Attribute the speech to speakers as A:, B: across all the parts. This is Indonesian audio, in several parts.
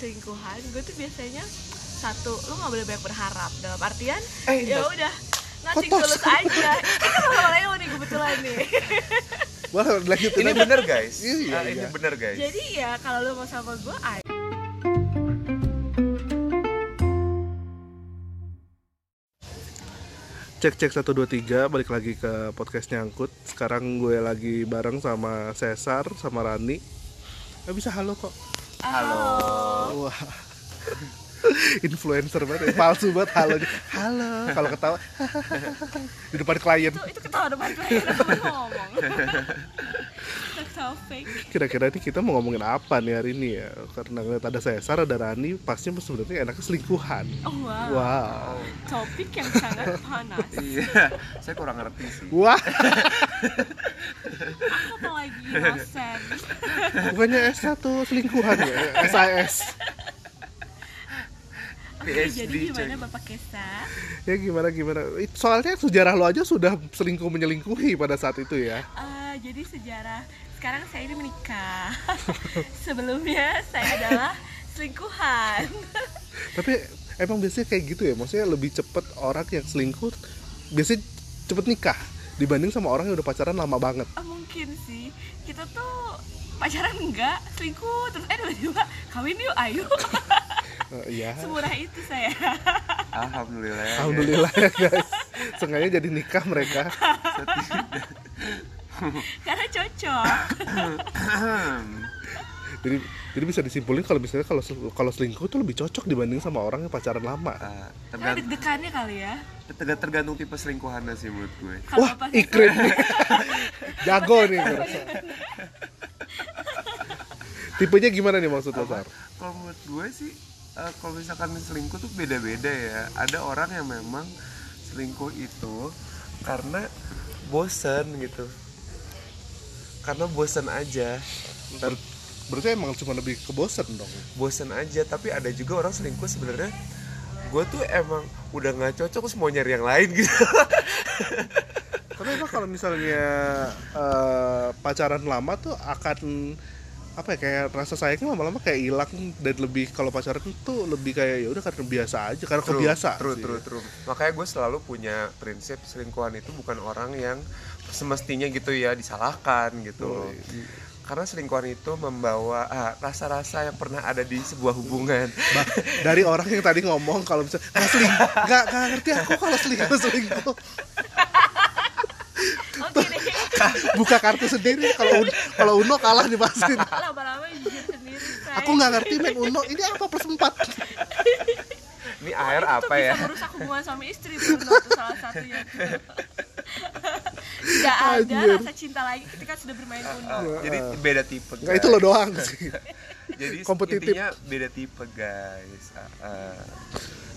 A: selingkuhan gue tuh biasanya satu lo nggak boleh banyak berharap dalam artian
B: Eh,
A: ya
B: bentar.
A: udah ngating
B: Kotor.
A: tulus aja ini kan sama Leo nih kebetulan nih
B: Wah, lanjut
C: ini
B: lagi.
C: bener guys
B: Iya, iya,
C: Ah, ini
B: iya.
C: bener guys
A: jadi ya kalau lo mau sama gue ayo
B: Cek cek 1 2 3 balik lagi ke podcast nyangkut. Sekarang gue lagi bareng sama Cesar sama Rani. Gak bisa halo kok.
C: halo
B: Wah. Influencer banget, ya. palsu banget halo. Halo. Kalau ketawa di depan klien.
A: itu itu ketawa depan klien apa lu ngomong Itu ketawa fake
B: Kira-kira ini kita mau ngomongin apa nih hari ini ya? Karena ngeliat ada Cesar, ada Rani, pasti sebenarnya enaknya selingkuhan.
A: oh wow.
B: Wow.
A: topik yang sangat panas
C: iya saya kurang ngerti sih
B: Wah,
A: apa lagi dosen
B: bukannya S1 selingkuhan ya? SIS.
A: oke
C: PhD,
A: jadi gimana
C: coy.
A: bapak Kesa
B: ya gimana gimana It- soalnya sejarah lo aja sudah selingkuh menyelingkuhi pada saat itu ya
A: Eh, jadi sejarah sekarang saya ini menikah sebelumnya saya adalah selingkuhan
B: tapi emang biasanya kayak gitu ya maksudnya lebih cepet orang yang selingkuh biasanya cepet nikah dibanding sama orang yang udah pacaran lama banget
A: Eh, mungkin sih kita tuh pacaran enggak selingkuh terus eh tiba-tiba kawin yuk ayo
B: Eh, Iya
A: semurah itu saya
C: alhamdulillah ya,
B: alhamdulillah ya guys sengaja jadi nikah mereka
A: karena cocok
C: guys.
B: jadi jadi bisa disimpulin kalau misalnya kalau sel- kalau selingkuh tuh lebih cocok dibanding sama orang yang pacaran
C: Eh,
B: lama
A: karena
C: tergan-
A: deg-degannya kali ya
C: terga- tergantung tipe selingkuhannya sih menurut gue
A: kalau
B: wah
A: Bapak Kesa-
B: ikrim nih. jago nih gue rasa. tipenya gimana nih maksudnya Sar?
C: kalau menurut gue sih eh, kalau misalkan selingkuh tuh beda-beda ya ada orang yang memang selingkuh itu karena bosen gitu karena bosen aja Ter-
B: berarti emang cuma lebih kebosan dong
C: bosen aja tapi ada juga orang selingkuh sebenarnya gue tuh emang udah nggak cocok terus mau nyari yang lain gitu
B: tapi emang kalau misalnya eh, pacaran lama tuh akan apa ya kayak rasa sayangnya lama-lama kayak hilang dan lebih kalau pacaran tuh lebih kayak ya udah karena biasa aja karena kebiasaan
C: true,
B: sih.
C: true, true. makanya gue selalu punya prinsip selingkuhan itu bukan orang yang semestinya gitu ya disalahkan gitu
B: Oh,
C: karena selingkuhan itu membawa ah, rasa-rasa yang pernah ada di sebuah hubungan
B: Bah, dari orang yang tadi ngomong kalau bisa nggak seling- nggak nggak ngerti aku kalau selingkuh selingkuh
A: oke deh
B: buka kartu sendiri kalau Un- kalau Uno kalah nih pasti
A: lama-lama jujur sendiri saya
B: aku nggak ngerti main Uno ini apa plus empat
C: ini air apa
A: itu
C: ya
A: bisa merusak hubungan suami istri tuh Nur, tuh salah satunya tuh. tidak ada
B: Anjir.
A: rasa cinta lagi ketika sudah bermain uno
C: Oh, jadi beda tipe
B: nggak
C: guys.
B: itu lo doang sih
C: jadi
B: kompetitif.
C: intinya beda tipe guys Ah, ah.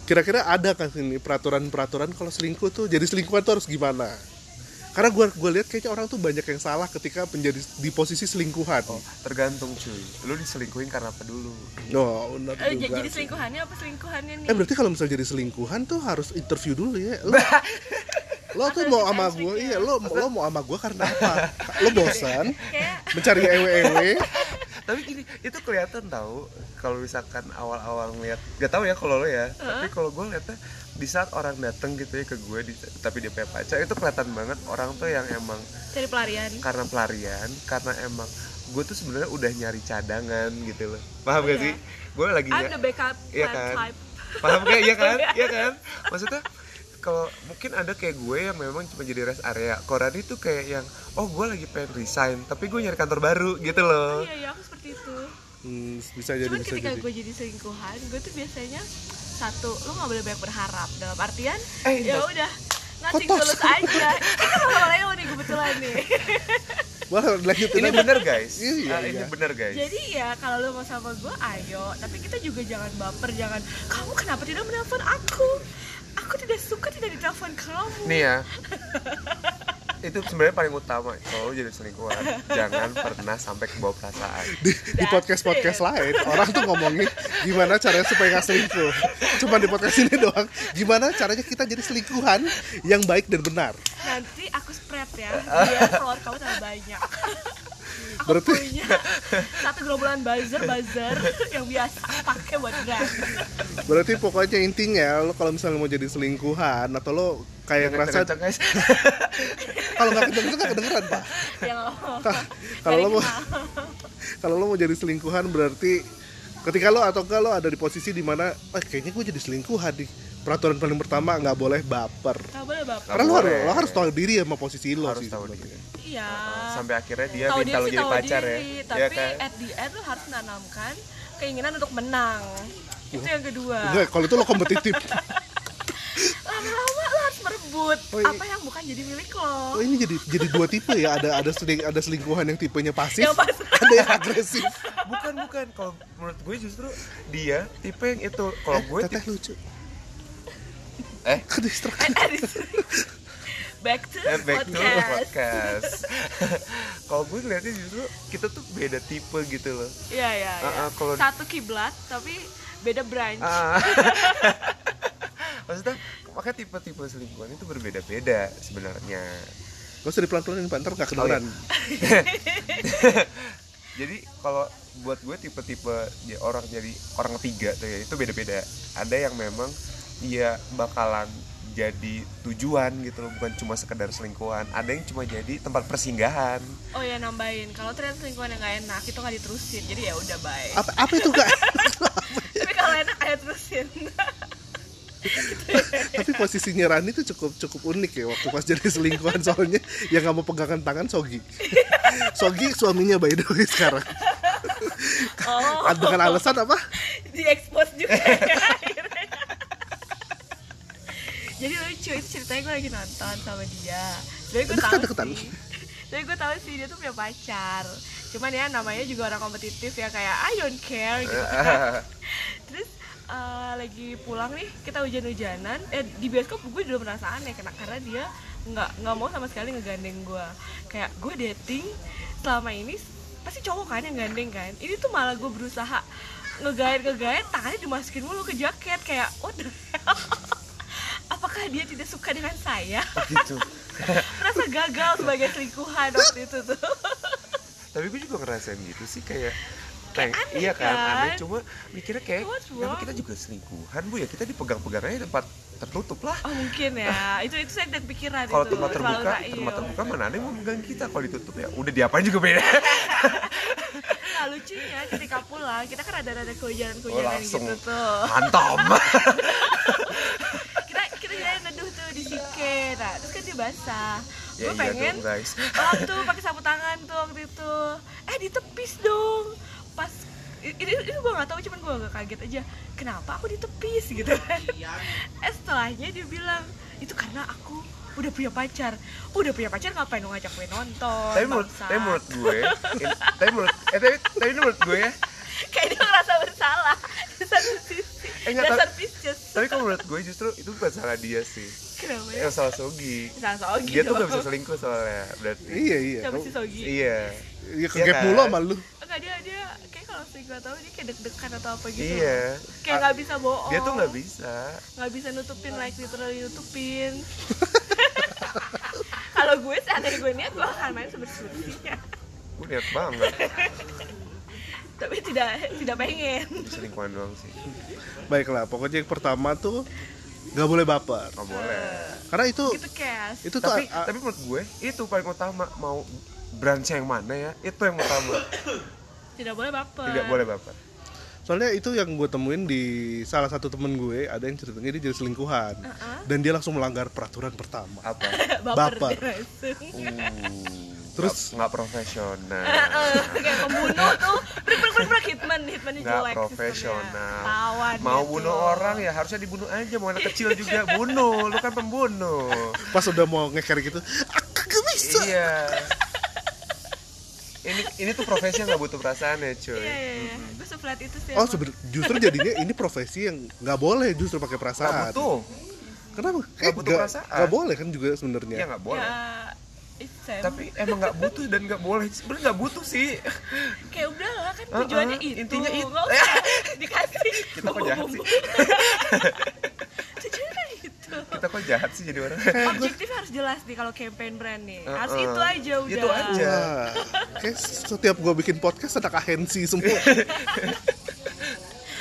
B: kira-kira ada kan ini peraturan-peraturan kalau selingkuh tuh jadi selingkuhan tuh harus gimana? Karena gua gua lihat kayaknya orang tuh banyak yang salah ketika menjadi di posisi selingkuhan. Oh,
C: tergantung cuy lu diselingkuhin karena apa dulu
B: Oh, benar
A: Eh,
B: juga.
A: jadi selingkuhannya apa selingkuhannya nih
B: Eh berarti kalau misalnya jadi selingkuhan tuh harus interview dulu ya. Lo, lo
A: Atau
B: tuh mau
A: defense
B: sama gua,
A: media.
B: iya lo lo mau sama gua karena apa? Lo bosan
A: kayak
B: mencari ewe-ewe.
C: tapi gini itu kelihatan tahu kalau misalkan awal-awal ngeliat gak tahu ya kalau lo ya tapi kalau gue liatnya di saat orang datang gitu ya ke gue di- tapi dia punya pacar itu kelihatan banget orang tuh yang emang
A: cari pelarian
C: karena pelarian karena emang gue tuh sebenarnya udah nyari cadangan gitu loh paham gak
A: Iya.
C: sih gue lagi
A: I'm
C: nya-
A: the backup
C: Iya
A: plan
C: kan?
A: type
C: paham kayak iya kan iya kan maksudnya kalau mungkin ada kayak gue yang memang cuma jadi rest area koran itu kayak yang oh gue lagi pengen resign tapi gue nyari kantor baru
A: Oh,
C: gitu loh
A: iya iya aku seperti itu
B: Hmm, bisa jadi
A: cuman
B: bisa
A: ketika
B: jadi.
A: gue jadi selingkuhan gue tuh biasanya satu lo nggak boleh banyak berharap dalam artian
C: Eh,
A: ya
C: bentar.
A: udah ngating
B: Kotor.
A: tulus aja ini kan sama Leo nih kebetulan nih
B: Wah, lanjut
C: ini
B: lagi.
C: bener guys
B: Iya, iya,
C: Ah, ini
B: iya.
C: bener guys
A: Jadi ya kalau lo mau sama gue ayo Tapi kita juga jangan baper Jangan kamu kenapa tidak menelpon aku Aku tidak suka tidak ditelepon kamu
C: nih ya itu sebenarnya paling utama kalau lu jadi selingkuhan jangan pernah sampai ke bawah perasaan
B: di, di podcast-podcast lain orang tuh ngomongin gimana caranya supaya nggak selingkuh cuma di podcast ini doang gimana caranya kita jadi selingkuhan yang baik dan benar
A: Nanti aku spread ya Biar follower kamu tambah banyak aku
B: Berarti-
A: punya satu gerombolan buzzer buzzer yang biasa aku pakai buat drag
B: Berarti pokoknya intinya lo kalau misalnya mau jadi selingkuhan atau lo kayak ngerasa
C: Kenceng, guys.
B: kalau nggak kedengeran nggak kedengeran pak.
A: yang mau-
B: Ka- Kalau lo mau
A: Ya Dari kenal.
B: kalau lo mau jadi selingkuhan berarti ketika lo atau enggak lo ada di posisi dimana eh kayaknya gue jadi selingkuhan nih peraturan paling pertama nggak boleh baper
A: Nggak boleh baper
C: Nggak
B: karena lo harus,
C: boleh.
B: lo harus tahu diri sama posisi lo
C: Harus
B: sih
C: tahu
B: sebenarnya.
A: iya
C: sampai akhirnya dia
A: tahu diri
C: minta lo
A: sih
C: jadi
A: tahu
C: pacar
A: diri
C: ya
A: tapi eh.
C: Iya kan
A: at the end lo harus menanamkan keinginan untuk menang itu yang kedua
C: Iya.
B: enggak kalau itu lo kompetitif
A: lama-lama lo harus merebut
B: Oh, iya.
A: apa yang bukan jadi milik lo
C: iya.
B: oh ini jadi jadi dua tipe ya ada ada seling- ada selingkuhan yang tipenya pasif
A: Yang pasif.
B: ada yang agresif
C: bukan bukan kalau menurut gue justru dia tipe yang itu kalau gue
B: teteh
C: tipe
B: lucu
C: eh
B: kedistraksi
A: And- and it's- back to
C: Eh, back to
A: podcast.
C: podcast. Kalau gue ngeliatnya justru kita tuh beda tipe gitu loh.
A: Iya iya.
C: Ah,
A: iya.
C: ah, kalau-
A: Satu kiblat tapi beda branch.
C: Ah. Maksudnya, makanya tipe-tipe selingkuhan itu berbeda-beda sebenarnya.
B: Gak usah dipelan-pelanin Pak, ntar
C: Oh, iya.
B: gak kedengeran
C: Jadi kalau buat gue tipe-tipe dia orang jadi orang ketiga tuh ya itu beda-beda. Ada yang memang dia bakalan jadi tujuan gitu loh, bukan cuma sekedar selingkuhan. Ada yang cuma jadi tempat persinggahan.
A: Oh ya nambahin. Kalau ternyata lingkungan yang gak enak itu nggak diterusin. Jadi ya udah baik.
B: apa, apa itu gak?
A: Tapi kalau enak ayo terusin.
B: Tapi posisinya Rani tuh cukup cukup unik ya waktu pas jadi selingkuhan soalnya yang nggak mau pegangan tangan Sogi. Sogi suaminya by the way sekarang.
A: Oh,
B: Dengan alasan apa?
A: di expose juga ya, akhirnya. Jadi lucu itu ceritanya gue lagi nonton sama dia. Jadi gue tahu
B: Deketan, deketan.
A: sih. Jadi gue tahu sih dia tuh punya pacar. Cuman ya namanya juga orang kompetitif ya kayak I don't care gitu
C: Uh-huh.
A: kan. Terus eh, lagi pulang nih kita hujan-hujanan. Eh di bioskop gue juga merasa aneh karena karena dia nggak nggak mau sama sekali ngegandeng gue. Kayak gue dating selama ini pasti cowok kan yang gandeng kan. Ini tuh malah gue berusaha ngegait ngegait tangannya dimasukin mulu ke jaket kayak what the hell? Apakah dia tidak suka dengan saya?
C: gitu.
A: Merasa gagal sebagai selingkuhan waktu itu tuh.
C: tapi gue juga ngerasain gitu sih kayak kayak
A: aneh
C: iya kan,
A: kan?
C: aneh cuma mikirnya kayak
A: What's
C: emang
A: wrong?
C: kita juga selingkuhan bu ya kita dipegang-pegang aja tempat tertutup lah
A: Oh mungkin ya, itu itu saya tidak pikiran
C: kalau
A: itu.
C: tempat
A: terlalu
C: terbuka
A: raib.
C: tempat terbuka mana ada yang mau pegang kita kalau ditutup ya udah diapain juga
A: Iya,
C: beda
A: Nah, lucunya ketika pulang kita kan ada ada
C: oh,
A: kehujanan-kehujanan
C: langsung
A: gitu tuh.
C: hantam
A: Kita kita jadi neduh tuh di sike, nah terus kan dia basah.
C: ya
A: Gue
C: iya
A: pengen
C: dong guys
A: tolong tuh pakai sapu tangan tuh waktu itu. Eh ditepis dong. Pas ini, ini gue gak tahu cuman gue agak kaget aja kenapa aku ditepis gitu kan eh setelahnya dia bilang itu karena aku udah punya pacar udah punya pacar ngapain lu ngajak gue nonton
C: tapi menurut
A: bangsat.
C: tapi menurut gue in- tapi menurut eh tapi tapi ini menurut gue ya
A: kayak dia ngerasa bersalah di satu sisi
C: Eh, nggak,
A: dasar Pisces
C: tapi kalau menurut gue justru itu bukan salah dia sih
A: kenapa ya
C: yang salah Sogi
A: salah sogi
C: Iya. dia tuh
A: dong.
C: gak bisa selingkuh soalnya berarti
B: Iya iya.
A: Sama si sogi
C: ya? iya
B: Iya
C: Iya
B: kegep
C: kan?
B: mulu sama lu.
A: enggak dia dia kayak kalau sih gue tahu dia kayak deg-degan atau apa gitu Oh.
C: iya
A: kayak nggak bisa bohong
C: dia tuh nggak bisa
A: nggak bisa nutupin like literally nutupin kalau gue seandainya gue niat gue akan main sebersih-bersihnya
C: gue niat banget
A: tapi tidak tidak pengen
C: Itu selingkuhan doang sih
B: Baiklah, pokoknya yang pertama tuh nggak boleh baper.
C: nggak boleh
B: Karena itu
A: gitu cash
B: itu tuh
C: tapi
A: Ah.
B: a- a-
C: tapi menurut gue itu paling utama mau branch yang mana ya itu yang utama
A: tidak boleh baper
C: tidak boleh baper
B: soalnya itu yang gue temuin di salah satu temen gue ada yang ceritanya dia jadi selingkuhan
C: Uh-uh.
B: dan dia langsung melanggar peraturan pertama.
C: apa
A: baper,
B: Baper.
A: dia langsung.
C: Uh,
B: Terus-
C: nggak- nggak profesional
A: Heeh, kayak pembunuh tuh prik prik prik prik hitman hitmannya
C: nggak
A: jelek
C: profesional
A: sistemnya. Tawan
C: mau
A: dia
C: bunuh
A: tuh.
C: orang ya harusnya dibunuh aja mau anak kecil juga bunuh lu kan pembunuh
B: Pas udah mau ngeker gitu, aku gak bisa.
C: iya ini ini tuh profesi yang nggak butuh perasaan ya
A: iya
C: cuy
A: iya iya gue seflat itu sih
B: Oh
A: emang.
B: seben- justru jadinya ini profesi yang nggak boleh justru pakai
C: nggak
B: perasaan.
C: butuh
B: Kenapa? Eh,
C: Nggak butuh
B: nggak-
C: perasaan.
B: nggak boleh kan juga
C: ya
B: sebenarnya.
C: nggak boleh
A: ya it's Sam.
C: tapi emang nggak butuh dan nggak boleh sebenarnya nggak butuh sih
A: kayak udah lah kan
C: Heeh,
A: tujuannya itu
C: intinya itu.
A: Nggak usah dikasih
C: Kita kok jahat sih?
A: bumbu-bumbu. tujuannya kan itu
C: kita kok jahat banget sih jadi orang
A: objektifnya harus jelas nih kalau campaign brand nih harus
C: Uh-uh.
A: itu aja udah
C: Itu aja.
B: Wah, kayak setiap gue bikin podcast ada ahensi semua.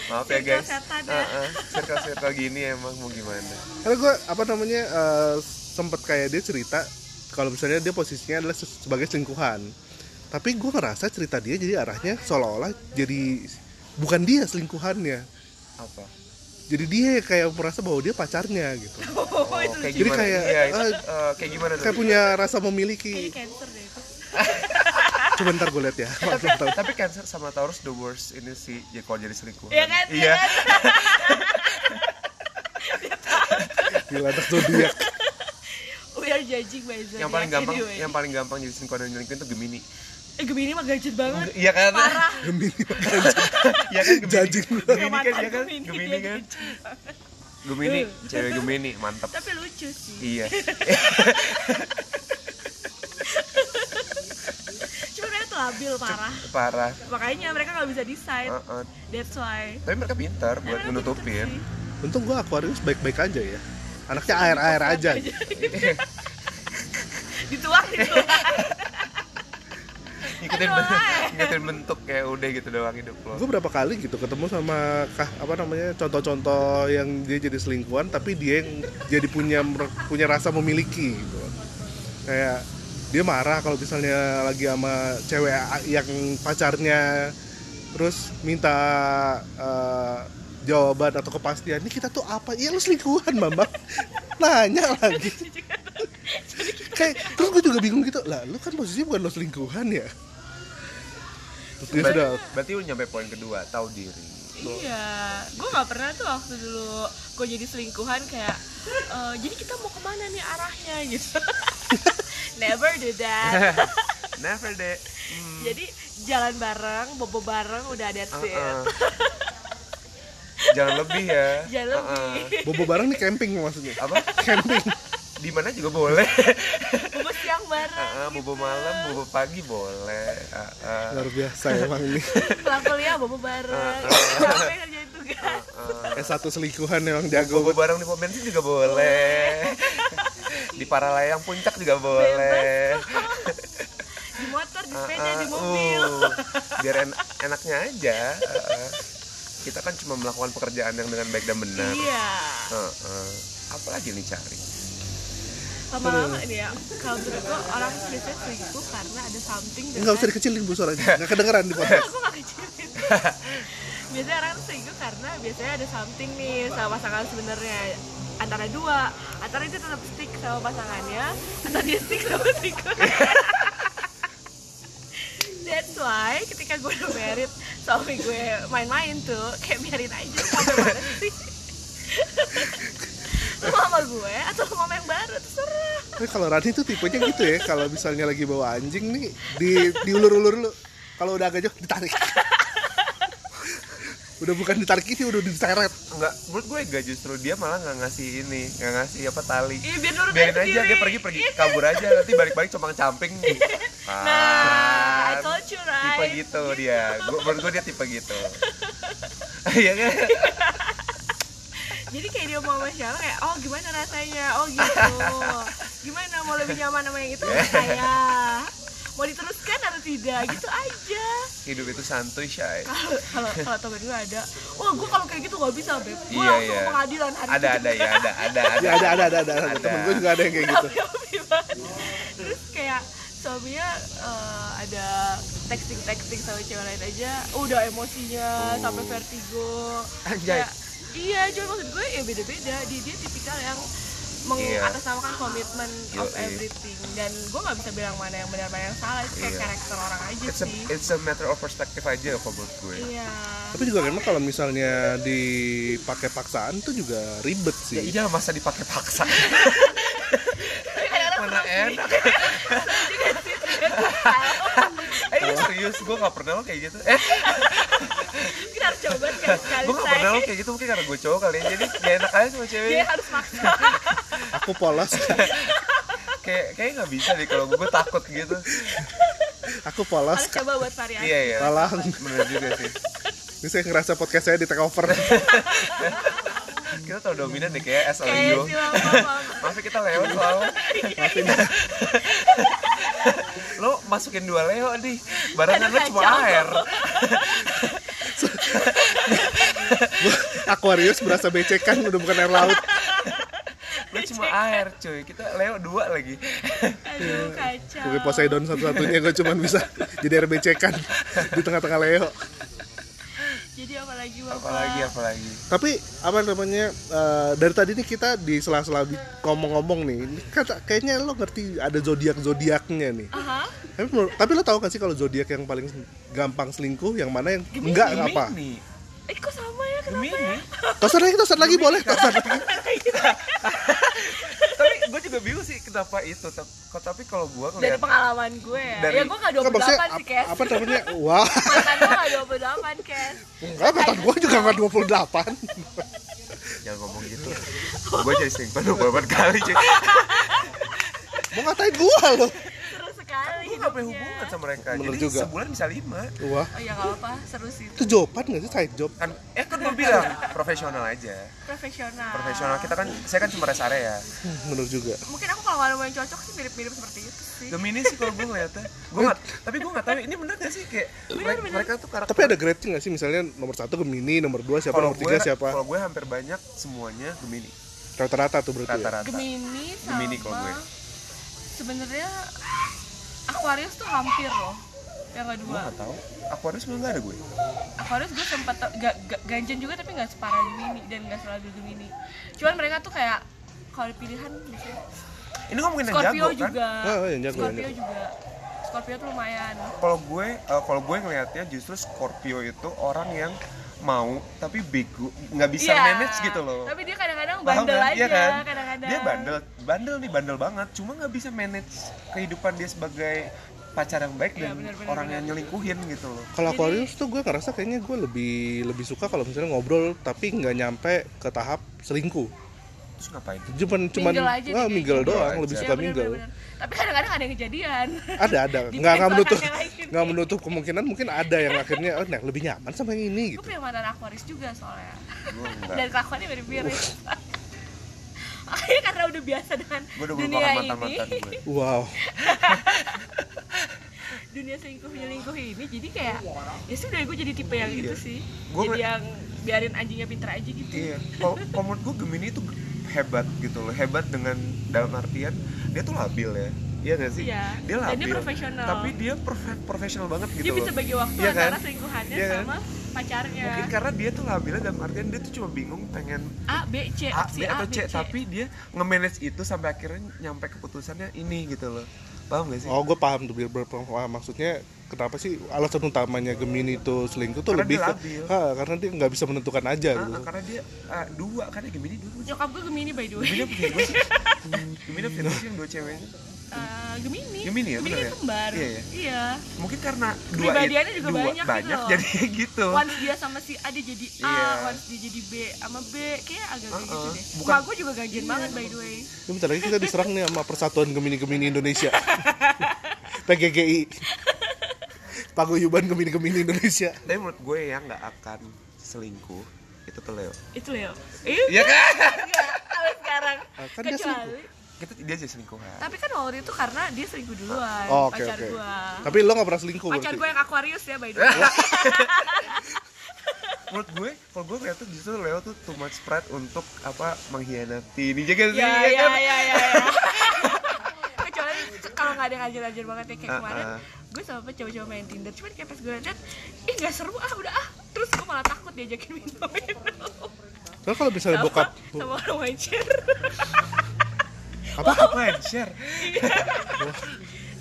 C: maaf ya guys
A: Circle setan ya.
C: Heeh, circle circle gini emang mau gimana
B: Karena gue apa namanya eh, sempet kayak dia cerita kalau misalnya dia posisinya adalah se- sebagai selingkuhan. Tapi gue ngerasa cerita dia jadi arahnya seolah-olah jadi bukan dia selingkuhannya.
C: apa
B: Jadi dia kayak merasa bahwa dia pacarnya gitu.
A: oh,
C: oh,
A: itu
C: kayak
A: lucu
B: Jadi
C: gimana
B: kayak,
C: Iya, itu,
B: eh,
C: eh, kayak gimana tuh
A: kan-
B: Kayak punya rasa
A: kayaknya
B: memiliki.
A: cancer deh
C: Iya.
A: itu
B: Coba ntar gue lihat ya. Maaf, maaf, maaf.
C: tapi cancer sama taurus the worst ini sih ya kalau jadi selingkuhan
A: Iya kan, iya
C: iya
B: Gila anak zodiak.
A: we are judging by the
C: yang paling gampang
A: anyway.
C: yang paling gampang jadi selingkuhan dan nyelingkuhin itu gemini
A: eh Gemini mah gadget banget
C: iya kan
A: parah
B: Gemini.
C: iya kan gemini
B: Judging banget.
C: gemini kan
A: Mantan
C: iya kan
A: Gemini, gitu.
C: gemini
A: dia
C: kan
A: gadget banget.
C: gemini cewek gemini mantap
A: tapi lucu sih
C: iya
A: cuma mereka tuh labil parah
C: parah
A: makanya mereka nggak bisa decide
C: Heeh.
A: that's why
C: tapi mereka pintar buat
A: Mereka
C: menutupin
A: pinter sih.
B: Untung gue Aquarius baik-baik aja ya. Anaknya air-air aja.
A: dituang dituang
C: ngikutin
A: Aduh,
C: bentuk,
A: ay.
C: ngikutin bentuk kayak udah gitu doang hidup lo
B: gue berapa kali gitu ketemu sama kah apa namanya contoh-contoh yang dia jadi selingkuhan tapi dia yang jadi punya mer- punya rasa memiliki gitu kayak dia marah kalau misalnya lagi sama cewek a- yang pacarnya terus minta eh, jawaban atau kepastian ini kita tuh apa iya lu selingkuhan mama nanya lagi kayak terus gue juga bingung gitu lah lu kan posisinya bukan lo selingkuhan ya terus dia
C: berarti,
B: sudah
C: berarti lu nyampe poin kedua tahu diri
A: iya gue nggak pernah tuh waktu dulu gue jadi selingkuhan kayak eh, jadi kita mau kemana nih arahnya gitu never do that
C: never Mm, deh
A: jadi jalan bareng bobo bareng udah that's it
C: Heeh. uh-uh. jangan lebih ya
A: jalan
C: Heeh.
A: lebih
B: Bobo bareng nih camping maksudnya.
C: apa
B: Camping.
C: di mana juga boleh
A: bobo siang bareng
C: Heeh, bobo malam bobo pagi boleh Uh-uh. Heeh.
B: Luar biasa ya, emang nih.
C: Uh-uh.
A: pulang kuliah bobo bareng capek kerjain tugas
B: S1 selingkuhan emang
C: bobo
B: jago.
C: bareng di pom bensin juga boleh di paralayang puncak juga boleh
A: di motor di sepeda
C: Heeh,
A: di mobil
C: Uh-uh. uh, biar en- enaknya aja Heeh. kita kan cuma melakukan pekerjaan yang dengan baik dan benar
A: iya
C: Heeh. apalagi nih cari
A: lama-lama ini ya kalau menurut gue orang tuh biasanya selingkuh karena ada something
B: Enggak usah
A: dengan-
B: dikecilin bu suaranya. Enggak kedengeran di podcast.
A: aku gak kecilin biasanya orang tuh selingkuh karena biasanya ada something nih sama pasangan sebenarnya antara dua antara dia tetap stick sama pasangannya atau dia stick sama selingkuhannya That's why ketika gue udah married suami gue main-main tuh kayak biarin aja sampai mana sih lu mau sama gue atau lu mau sama yang baru terserah
B: Tapi kalau Rani tuh tipenya gitu ya. Kalau misalnya lagi bawa anjing nih di diulur-ulur dulu. Kalau udah agak jauh ditarik. udah bukan ditarik ini udah diseret.
C: nggak menurut gue nggak justru dia malah nggak ngasih ini nggak ngasih apa tali
A: Iya, biar nurut
C: biarin
A: aja
C: aja
A: sendiri.
C: dia pergi pergi
A: Iya.
C: kabur aja nanti balik balik cuma camping
A: nah I
C: Kan.
A: told you
C: tipe
A: right
C: gitu dia gue menurut gue dia tipe gitu iya kan
A: jadi kayak dia mau sama siapa kayak oh gimana rasanya oh gitu gimana mau lebih nyaman sama yang itu saya mau diteruskan atau tidak gitu aja
C: hidup itu santuy shy
A: kalau kalau kalau temen gue ada wah gue kalau kayak gitu gak bisa beb gue
C: Iya,
A: langsung
C: iya.
A: ke pengadilan hari
C: ada
A: itu
C: ada ya ada ada ada
B: Ya ada ada ada ada.
C: Ada.
B: Temen gue juga ada yang kayak gitu.
A: Api-api banget. terus kayak suaminya eh, ada texting texting sama cewek lain aja Oh, udah emosinya sampai vertigo
C: Oh. Anjay.
A: Kayak, iya cuma maksud gue ya beda beda dia dia tipikal yang mengatasnamakan komitmen of
C: Iya. Yoi.
A: everything dan gue nggak bisa bilang mana yang benar mana yang salah itu kayak
C: Iya.
A: karakter orang aja
C: it's a
A: sih
C: it's a matter of perspective aja kalau menurut gue
A: iya
B: Tapi juga emang kalau misalnya dipakai paksaan tuh juga ribet
C: ya
B: sih.
C: iya masa dipakai paksa
A: tapi kadang-kadang
C: mana enak eh ini serius gue nggak pernah lo kayak gitu eh
A: kita harus coba sekali-sekali
C: gue gak
A: say
C: pernah lo kayak gitu mungkin karena gue cowok kali ya jadi gak enak aja sama cewek
A: dia harus maksa
B: Aku polos.
C: kayak kayak gak bisa deh kalau gue takut gitu
B: Aku polos.
A: harus coba buat variasi
C: iya iya
B: Kalah.
C: bener juga sih
B: Ini saya ngerasa podcast saya di take over.
C: kita terlalu dominan deh kayak
A: Kayak
C: SLU
A: si mama
C: masa kita leo selalu lo masukin dua leo nih barangan
A: Aduh,
C: lo cuma
A: kacau.
C: air
B: Aquarius berasa becekan udah bukan air laut.
A: Iya.
C: lo cuma air cuy kita leo dua lagi
A: Aduh kacau.
B: Gue Poseidon satu-satunya gue cuman bisa jadi air becekan di tengah-tengah Leo.
A: Jadi apalagi bapak?
C: apalagi apalagi
B: Tapi apa namanya eh, dari tadi nih kita di sela-sela bi- ngomong-ngomong nih, ini kata kayaknya lo ngerti ada zodiak zodiaknya nih.
A: Aha.
B: Tapi, menurut- tapi lo tau gak sih kalau zodiak yang paling gampang selingkuh, yang mana yang
A: Gemini.
B: enggak enggak apa?
C: Gemini
A: Eh kok sama ya kenapa
C: Gemini
A: ya?
B: Tosan lagi, tosan lagi boleh, tosan.
C: tapi gue juga bingung sih kenapa itu Tep- kok- tapi kalau gue
A: Dari
C: ngeliat
A: pengalaman gue ya.
C: Dari-
A: Ya gue gak
B: Nggak,
A: 28 sih,
B: ap-
A: Kes.
B: apa namanya? Wah,
A: Mantan gue gak 28, Kes.
B: enggak, mantan gue juga enggak 28.
C: jangan ngomong gitu gue jadi selingkuh beberapa kali cuy
B: Mau ngatain gua lo.
A: Seru sekali
C: gue gak punya
A: hidupnya.
C: hubungan sama mereka
B: Bener
C: jadi
B: juga.
C: sebulan bisa lima
B: Wah,
A: Oh ya gak apa-apa, seru sih itu.
B: itu jopan gak sih side job?
C: kan eh kan gue bilang profesional aja
A: Profesional.
C: profesional kita kan saya kan cuma rest area
B: Hmm, Bener juga.
A: Mungkin aku kalau ngalamin yang cocok sih mirip-mirip seperti itu sih.
C: Gemini sih kalau gue ngeliatnya gue gak, tapi gue gak tahu ini bener gak sih kayak mereka, mereka tuh karakter
B: Tapi ada grading gak sih? Misalnya nomor satu Gemini, nomor dua siapa,
C: kalau
B: nomor
C: gue kan
B: tiga siapa?
C: kalau gue hampir banyak semuanya Gemini
B: Rata-rata tuh berarti ya?
C: rata-rata
A: Gemini sama
C: Gemini kalau gue.
A: Sebenarnya Aquarius tuh hampir loh yang
C: gue
A: kedua.
C: gak tahu Aquarius belum gak ada gue
A: Aquarius gue sempat tau- ga, ga- ganjen juga tapi nggak separah Gemini dan nggak selalu Gemini. Cuman mereka tuh kayak kalau gitu. pilihan biasanya
C: ini ngomongin yang
A: Scorpio
C: jago kan
A: juga.
B: Oh, oh, yang jago, yang
A: Scorpio
B: jago.
A: juga. Scorpio tuh lumayan.
C: kalau gue eh, kalau gue ngelihatnya justru Scorpio itu orang yang mau tapi bego nggak bisa
A: Iya,
C: manage gitu loh
A: Tapi dia kadang-kadang
C: Paham
A: bandel
C: kan?
A: aja,
C: Iya kan?
A: kadang-kadang.
C: dia bandel bandel nih bandel banget cuma nggak bisa manage kehidupan dia sebagai pacar yang baik
A: Iya,
C: dan
A: benar, benar,
C: orang
A: benar.
C: yang nyelingkuhin gitu loh
B: Kalau
A: Jadi-
B: Aquarius tuh gue ngerasa kayaknya gue lebih lebih suka kalau misalnya ngobrol tapi nggak nyampe ke tahap selingkuh.
C: terus ngapain
B: Cuman cuman
A: Mingle aja
B: wah,
A: nih,
B: mingle
C: kayaknya.
B: doang, lebih
C: Iya,
B: suka
A: bener,
B: mingle.
A: bener, bener. Tapi kadang-kadang ada yang kejadian.
B: Ada ada,
A: Depends
B: nggak nggak
A: on
B: menutup
A: orang lain.
B: nggak menutup kemungkinan mungkin ada yang akhirnya oh, nah, lebih nyaman sama yang ini
A: gue
B: gitu.
A: punya mantan Aquarius juga soalnya.
C: gue
A: Dan
C: enggak
A: kelakuannya mirip-mirip. Akhirnya karena udah biasa dengan
C: gue udah
A: dunia
C: melupakan
A: ini,
C: mantan mantan gue
B: Wow,
A: dunia selingkuh menyelingkuh ini, jadi kayak ya sudah gue jadi tipe yang itu sih.
C: Iya. Gua
A: jadi
C: mer-
A: yang biarin anjingnya pinter aja gitu.
C: iya kalau kalau menurut gue Gemini itu hebat gitu loh hebat dengan dalam artian dia tuh labil ya iya gak sih
A: Iya.
C: dia
A: Dan dia
C: labil
A: profesional.
C: tapi dia profe- profesional banget gitu
A: Dia bisa
C: loh.
A: bagi waktu
C: Iya
A: antara
C: kan?
A: selingkuhannya
C: Iya kan?
A: sama pacarnya.
C: mungkin karena dia tuh labilnya dalam artian dia tuh cuma bingung pengen
A: A, Eh, B, C,
C: A,
A: opsi
C: B atau C, tapi dia nge-manage itu sampai akhirnya nyampe keputusannya ini gitu loh paham gak sih?
B: oh gue paham tuh biar berpeng- wah, maksudnya kenapa sih alasan utamanya Gemini itu selingkuh tuh
C: Karena
B: lebih
C: dia
B: ke-
C: labil.
B: Ah, karena dia nggak bisa menentukan aja
C: Ah,
B: gitu.
C: ah, karena dia ah, dua kan ya Gemini dua sih.
A: Nyokap gue Gemini by the way.
C: Gemini apa Virgo sih? Gemini apa Virgo sih yang dua ceweknya?
A: Eh, Gemini.
C: Gemini ya,
A: Gemini
C: bener
A: kan
C: ya?
A: kembar.
C: Iya, iya. Mungkin karena dua
A: Kepribadiannya juga
C: dua
A: banyak gitu
C: banyak
A: loh.
C: jadi gitu.
A: once dia sama si A dia jadi A,
C: Iya.
A: once dia jadi B sama B, kayak agak kayak gitu
C: Uh-uh.
A: deh.
C: Bukan- Iya,
A: Mak gue juga ganjen banget by the way.
B: Ini Ya, bentar lagi kita diserang nih sama Persatuan Gemini-Gemini Indonesia. PGGI. Paguyuban Gemini-Gemini Indonesia.
C: Tapi menurut gue yang nggak akan selingkuh itu tuh Leo.
A: Itu Leo. Iya.
C: Iya kan?
A: Kalau sekarang
B: Ah, kan dia
A: kecuali
C: Kita dia aja ya. selingkuhan.
A: tapi kan waktu itu karena dia selingkuh duluan
B: Oh, oke
A: Eh, pacar
B: oke.
A: gua
B: Tapi lo gak pernah selingkuh
A: pacar
B: berarti.
A: gua yang Aquarius ya by the way
C: Menurut gue, kalau gue ngeliat tuh justru Leo tuh too much pride untuk apa mengkhianati. Dia gak sih?
A: ya
C: ya
A: ya
C: kan?
A: ya ya, ya. kecuali kalau nggak ada yang ngajar-ngajar banget ya kayak
C: Ah,
A: kemarin
C: ah.
A: gue sama apa coba-coba main Tinder cuman kayak pas gue liat ih nggak seru ah udah ah terus gue malah takut diajakin minum-minum
C: Eh,
B: Soalnya kalau misalnya
A: Sama-
B: bokap
A: sama orang wajar
C: Apa? Apa yang share?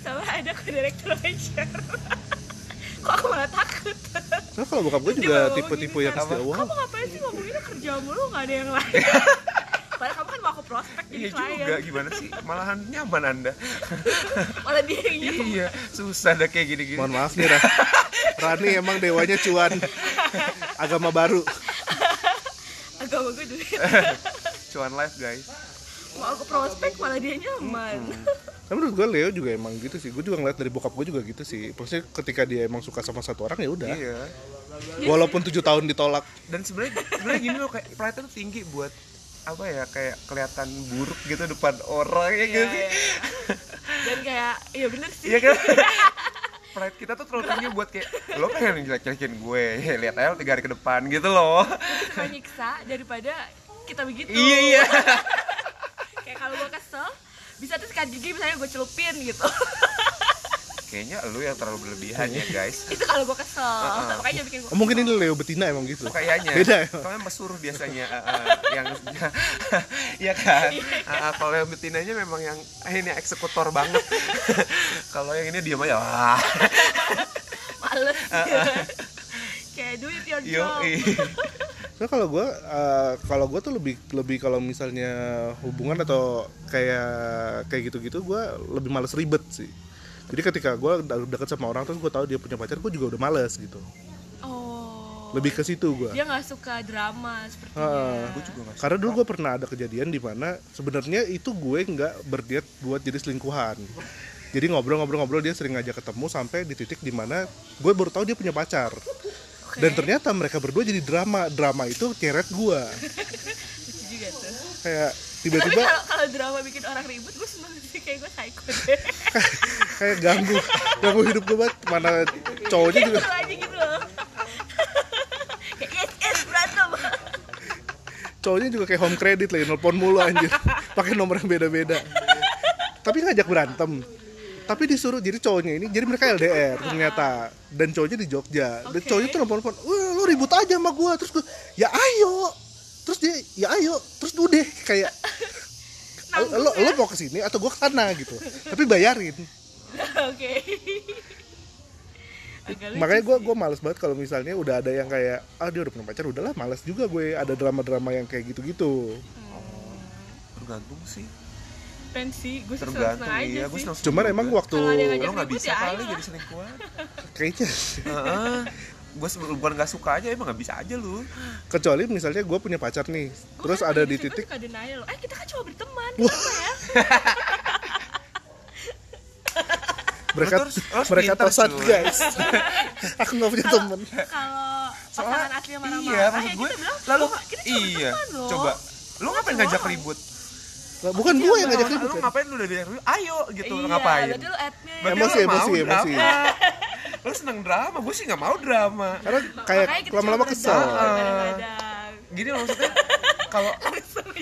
A: sama ada ke direktur wajar kok aku malah takut
B: soalnya kalau bokap gue
A: Dia
B: juga
A: ngomong
B: tipe-tipe
A: gini,
B: yang
A: kan,
B: setia. Wow.
A: kamu ngapain sih ngomonginnya kerja mulu nggak ada yang lain padahal kamu kan mau aku prospek jadi
C: Iya
A: klien
C: juga, gimana sih? Malahan nyaman anda
A: malah dia yang gitu
C: Iya, susah dah kayak gini-gini
B: Mohon maaf nih Ra. Rani emang dewanya cuan. Agama baru.
A: agama gue duit
C: Cuan life guys Hmm.
A: mau aku prospek malah dia nyaman
B: Tapi menurut gue Leo juga emang gitu sih. Gue juga ngeliat dari bokap gue juga gitu sih. Maksudnya ketika dia emang suka sama satu orang ya udah.
C: iya
B: Walaupun tujuh tahun ditolak.
C: dan sebenarnya sebenarnya gini loh kayak pride tuh tinggi buat apa ya kayak kelihatan buruk gitu depan orang ya gitu
A: Iya,
C: sih
A: iya. dan kayak iya bener sih
C: Iya kan? Pride kita tuh terlalu tinggi buat kayak lo pengen jelek-jelekin gue, ya, lihat aja lo tiga hari ke depan gitu loh.
A: Kita nyiksa daripada kita begitu
C: Iya iya.
A: kayak kalau gue kesel bisa tuh sikat gigi misalnya gue celupin gitu
C: Kayaknya lo yang terlalu berlebihan ya guys.
A: itu kalau gue kesel makanya bikin gue
B: Oh, Mungkin ini Leo betina emang gitu.
C: Kayaknya.
B: Beda ya?
C: Kalau yang mesuruh biasanya eh, eh, yang ya kan. Eh, eh, kalau yang betinanya memang yang eh, ini eksekutor banget. kalau yang ini diam aja. Wah.
A: males kayak do it
C: Yo. eh.
A: yourself
B: So kalau gue kalau gue tuh lebih lebih kalau misalnya hubungan atau kayak kayak gitu-gitu gue lebih males ribet sih. Jadi ketika gue deket sama orang terus gue tahu dia punya pacar gue juga udah males gitu.
A: oh
B: Lebih ke situ gue.
A: dia nggak suka drama sepertinya
C: Gue Iya. juga nggak
B: Karena dulu gue pernah ada kejadian di mana sebenarnya itu gue nggak berniat buat jadi selingkuhan. Jadi ngobrol-ngobrol-ngobrol dia sering ngajak ketemu sampai di titik di mana gue baru tahu dia punya pacar.
A: Oke.
B: Dan ternyata mereka berdua jadi drama. Drama itu nyeret gue.
A: lucu juga tuh
B: Kayak
A: tapi
B: tiba-tiba
A: kalau kalau drama bikin orang ribut gue seneng sih kayak gue psycho deh
B: kayak ganggu ganggu hidup gue banget. Mana cowoknya juga
A: Seru aja gitu loh kayak yes yes berantem
B: cowoknya juga kayak home credit lagi nelpon mulu anjir pakai nomor yang beda-beda tapi ngajak berantem tapi disuruh jadi cowoknya ini jadi mereka LDR ternyata dan cowoknya di Jogja dan
A: Oke.
B: cowoknya tuh nelpon nelpon "Wah, lu ribut aja sama gua terus gua ya ayo terus dia ya ayo terus udah kayak lo,
A: ya?
B: lo mau kesini atau gua kesana gitu tapi bayarin
A: oke Agak lucu
B: makanya gue
A: sih.
B: gue males banget kalau misalnya udah ada yang kayak ah dia udah punya pacar udahlah males juga gue ada drama-drama yang kayak gitu-gitu
C: Tergantung sih.
A: Pen sih, gue seneng
C: Tergantung
A: seneng aja
C: iya. Gue
A: sih.
C: seneng-seneng
B: cuman
C: juga.
B: emang waktu
A: Kalau ada yang
C: lo nggak
A: ribut
C: bisa
A: ya
C: kali
A: ayolah.
C: jadi selingkuhan.
B: kayaknya
C: gue bukan nggak suka aja emang nggak bisa aja lu
B: kecuali misalnya gue punya pacar nih
A: Gua
B: terus
A: kan
B: ada
A: lagi
B: di
A: situ
B: titik
A: suka denial loh. Eh kita kan cuma berteman, kenapa ya?
B: mereka
C: Lo tuh harus- harus
B: mereka
C: pintar,
B: tersat
C: cuy.
B: guys aku nggak punya temen
A: Kalau pasangan aslinya marah-marah,
C: iya maksud
A: ya
C: gue
A: kita bilang,
C: lalu
A: "Oh, kita cuma
C: iya
A: berteman loh.
C: coba lu ngapain ngajak
A: doang.
C: ribut
B: Lah, bukan gue yang ngajak
C: Iya, lu
B: ribut kan
C: ngapain lu udah diajak ribut ayo gitu lu
A: Iya,
C: ngapain
A: Berarti lu admin.
C: Berarti lu
B: Emosi,
C: mau
B: emosi, emosi.
C: drama. lu seneng drama gue sih nggak mau drama
B: karena
A: Makanya
B: kayak
C: gitu
A: kita cuma
B: lama-lama
A: berdua
B: kesel
C: Ah.
A: kadang-kadang.
C: gini loh maksudnya kalau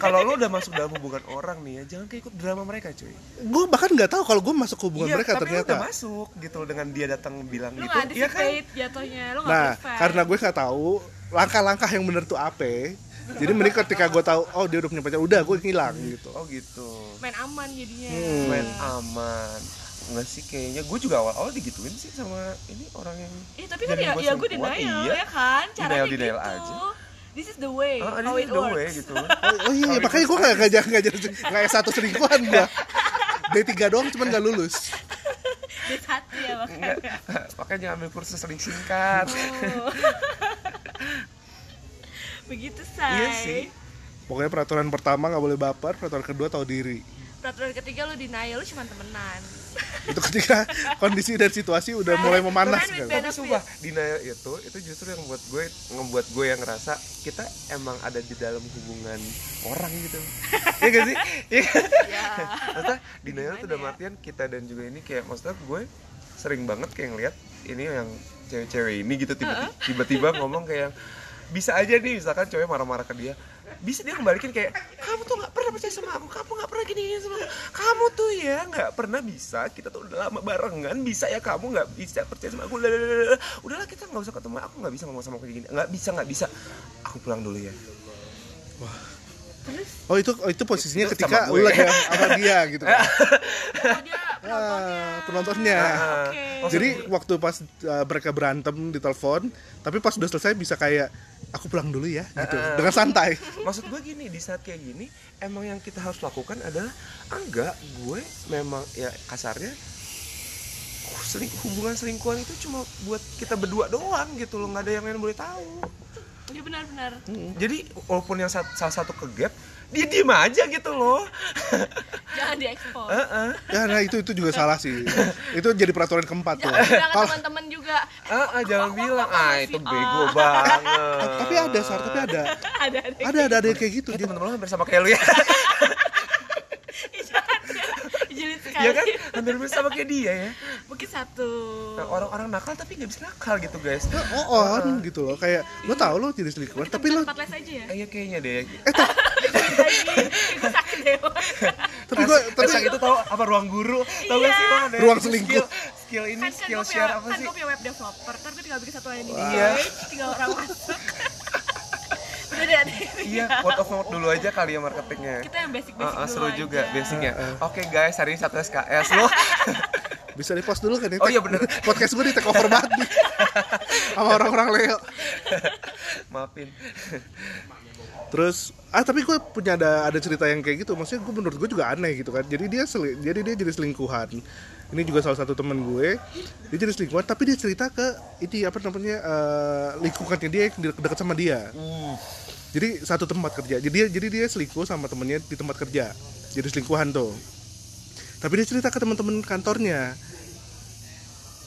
C: kalau lu udah masuk dalam hubungan orang nih ya jangan keikut drama mereka cuy
B: gue bahkan nggak tahu kalau gue masuk ke hubungan
C: iya,
B: mereka
C: tapi lu udah
B: ternyata
C: masuk gitu loh, dengan dia datang bilang
A: Lu
C: gitu
A: nggak
C: iya kan
A: anticipate jatuhnya, lu nggak
B: nah
A: prepare.
B: karena gue nggak tahu langkah-langkah yang bener tuh apa jadi mending ketika gue tahu oh dia udah punya pacar udah gue ngilang gitu
C: oh gitu
A: main aman jadinya.
B: Hmm.
A: Eh,
C: main aman nggak sih kayaknya gue juga awal-awal digituin sih sama ini orang yang
A: Eh tapi kan
C: Jadi
A: ya,
C: gua
A: ya gue
C: selingkuhan,
A: denial
C: iya.
A: ya kan, caranya
C: Denial-denial
A: gitu.
C: aja.
A: This is the way,
C: ah
A: how
C: ini
A: it
C: the
A: works.
C: way gitu
B: Oh iya, iya, makanya gue gak, gak, gak, gak, jadi- gak S1 selingkuhan gue D3 doang cuman gak lulus
A: This hati ya makanya.
C: Nggak, makanya jangan ambil kursus seling singkat
A: Oh. Begitu, say.
C: iya sih
B: Pokoknya peraturan pertama gak boleh baper, peraturan kedua tahu diri
A: Peraturan ketiga lu denial, lu cuma temenan.
B: Itu ketika kondisi dan situasi udah mulai memanas
A: Friend with
B: kan
C: tapi sumpah denial itu itu justru yang buat gue ngebuat gue yang ngerasa kita emang ada di dalam hubungan orang gitu iya gak sih Iya.
A: Ya.
C: maksudnya denial
A: Gimana
C: tuh udah
A: ya?
C: matian kita dan juga ini kayak maksudnya gue sering banget kayak ngeliat ini yang cewek-cewek ini gitu tiba- tiba-tiba ngomong kayak bisa aja nih misalkan cewek marah-marah ke dia bisa dia kembaliin kayak kamu tuh nggak pernah percaya sama aku kamu nggak pernah gini gini sama aku kamu tuh ya nggak pernah bisa kita tuh udah lama barengan bisa ya kamu nggak bisa percaya sama aku Lalalala. udahlah kita nggak usah ketemu aku nggak bisa ngomong sama aku kayak gini nggak bisa nggak bisa aku pulang dulu ya
B: Oh itu oh, itu posisinya
C: Itu
B: ketika
C: sama
B: lu
C: gue.
B: lagi sama dia gitu kan
A: Oh, dia
C: Eh.
A: penontonnya.
B: Ah, Penontonnya
C: Ah,
A: Oke.
C: maksud
B: Jadi waktu pas uh, mereka berantem di telepon Tapi pas udah selesai bisa kayak Aku pulang dulu ya gitu Dengan santai
C: maksud gue gini di saat kayak gini emang yang kita harus lakukan adalah enggak gue memang ya kasarnya uh, seling- hubungan selingkuhan itu cuma buat kita berdua doang gitu loh nggak ada yang lain boleh tahu
A: Iya benar-benar.
C: Jadi walaupun yang sat- salah satu ke gap, dia diem aja gitu loh.
A: Jangan diekspor.
C: Heeh.
B: Ya, nah itu itu juga salah sih. Itu jadi peraturan keempat tuh.
A: Jangan bilang ke
B: Kalau
A: teman-teman juga.
C: Heeh, jangan
A: aku-
C: bilang
A: aku
C: ah
A: masih
C: itu
A: A."
C: bego banget.
B: tapi ada sar, tapi ada.
A: ada ada.
B: Ada ada ada yang kayak gitu.
C: Itu
B: Dia,
C: temen lo hampir sama kayak lu ya.
A: Ih, Jangan jangan. Jilid sekali.
C: Iya kan? Hampir sama kayak dia ya.
A: Mungkin satu.
C: Nah, orang-orang nakal tapi nggak bisa nakal gitu guys.
B: oh, on gitu loh. Kayak lo tau lo jadi selingkuhan, tapi lo
A: Empat les aja ya.
C: Iya kayaknya deh.
A: Lagi gue sakit deh.
B: tapi gue tapi
C: Tapi itu tahu apa ruang guru? Tahu nggak sih lo ada
B: Ruang selingkuh.
C: Skill, skill ini
A: Iya. Kan kan
C: skill
A: gue
C: share
A: punya
C: apa
A: kan
C: sih? Iya.
A: gue punya web developer. Ntar gue tinggal bikin satu layanan di
C: Wah.
A: page, tinggal orang masuk. Udah deh, ada yang
C: Iya, word of mouth dulu aja kali ya marketingnya.
A: Kita yang basic-basic
C: Ah, ah,
A: dulu
C: seru
A: aja.
C: juga basicnya. Oke guys, hari ini satu SKS lo.
B: bisa di post dulu kan ya.
C: Oh,
B: take-
C: iya, bener.
B: Podcast gue di take over banget nih. sama orang-orang Leo.
C: Maafin.
B: Terus ah tapi gue punya ada ada cerita yang kayak gitu. Maksudnya gue menurut gue juga aneh gitu kan. Jadi dia seli- jadi dia jadi selingkuhan. Ini juga salah satu temen gue. Dia jadi selingkuhan tapi dia cerita ke ini apa namanya eh, lingkungannya dia yang de- dekat sama dia.
C: Uh,
B: Jadi satu tempat kerja. Jadi dia- jadi dia selingkuh sama temennya di tempat kerja. Jadi selingkuhan tuh. Tapi dia cerita ke teman-teman kantornya.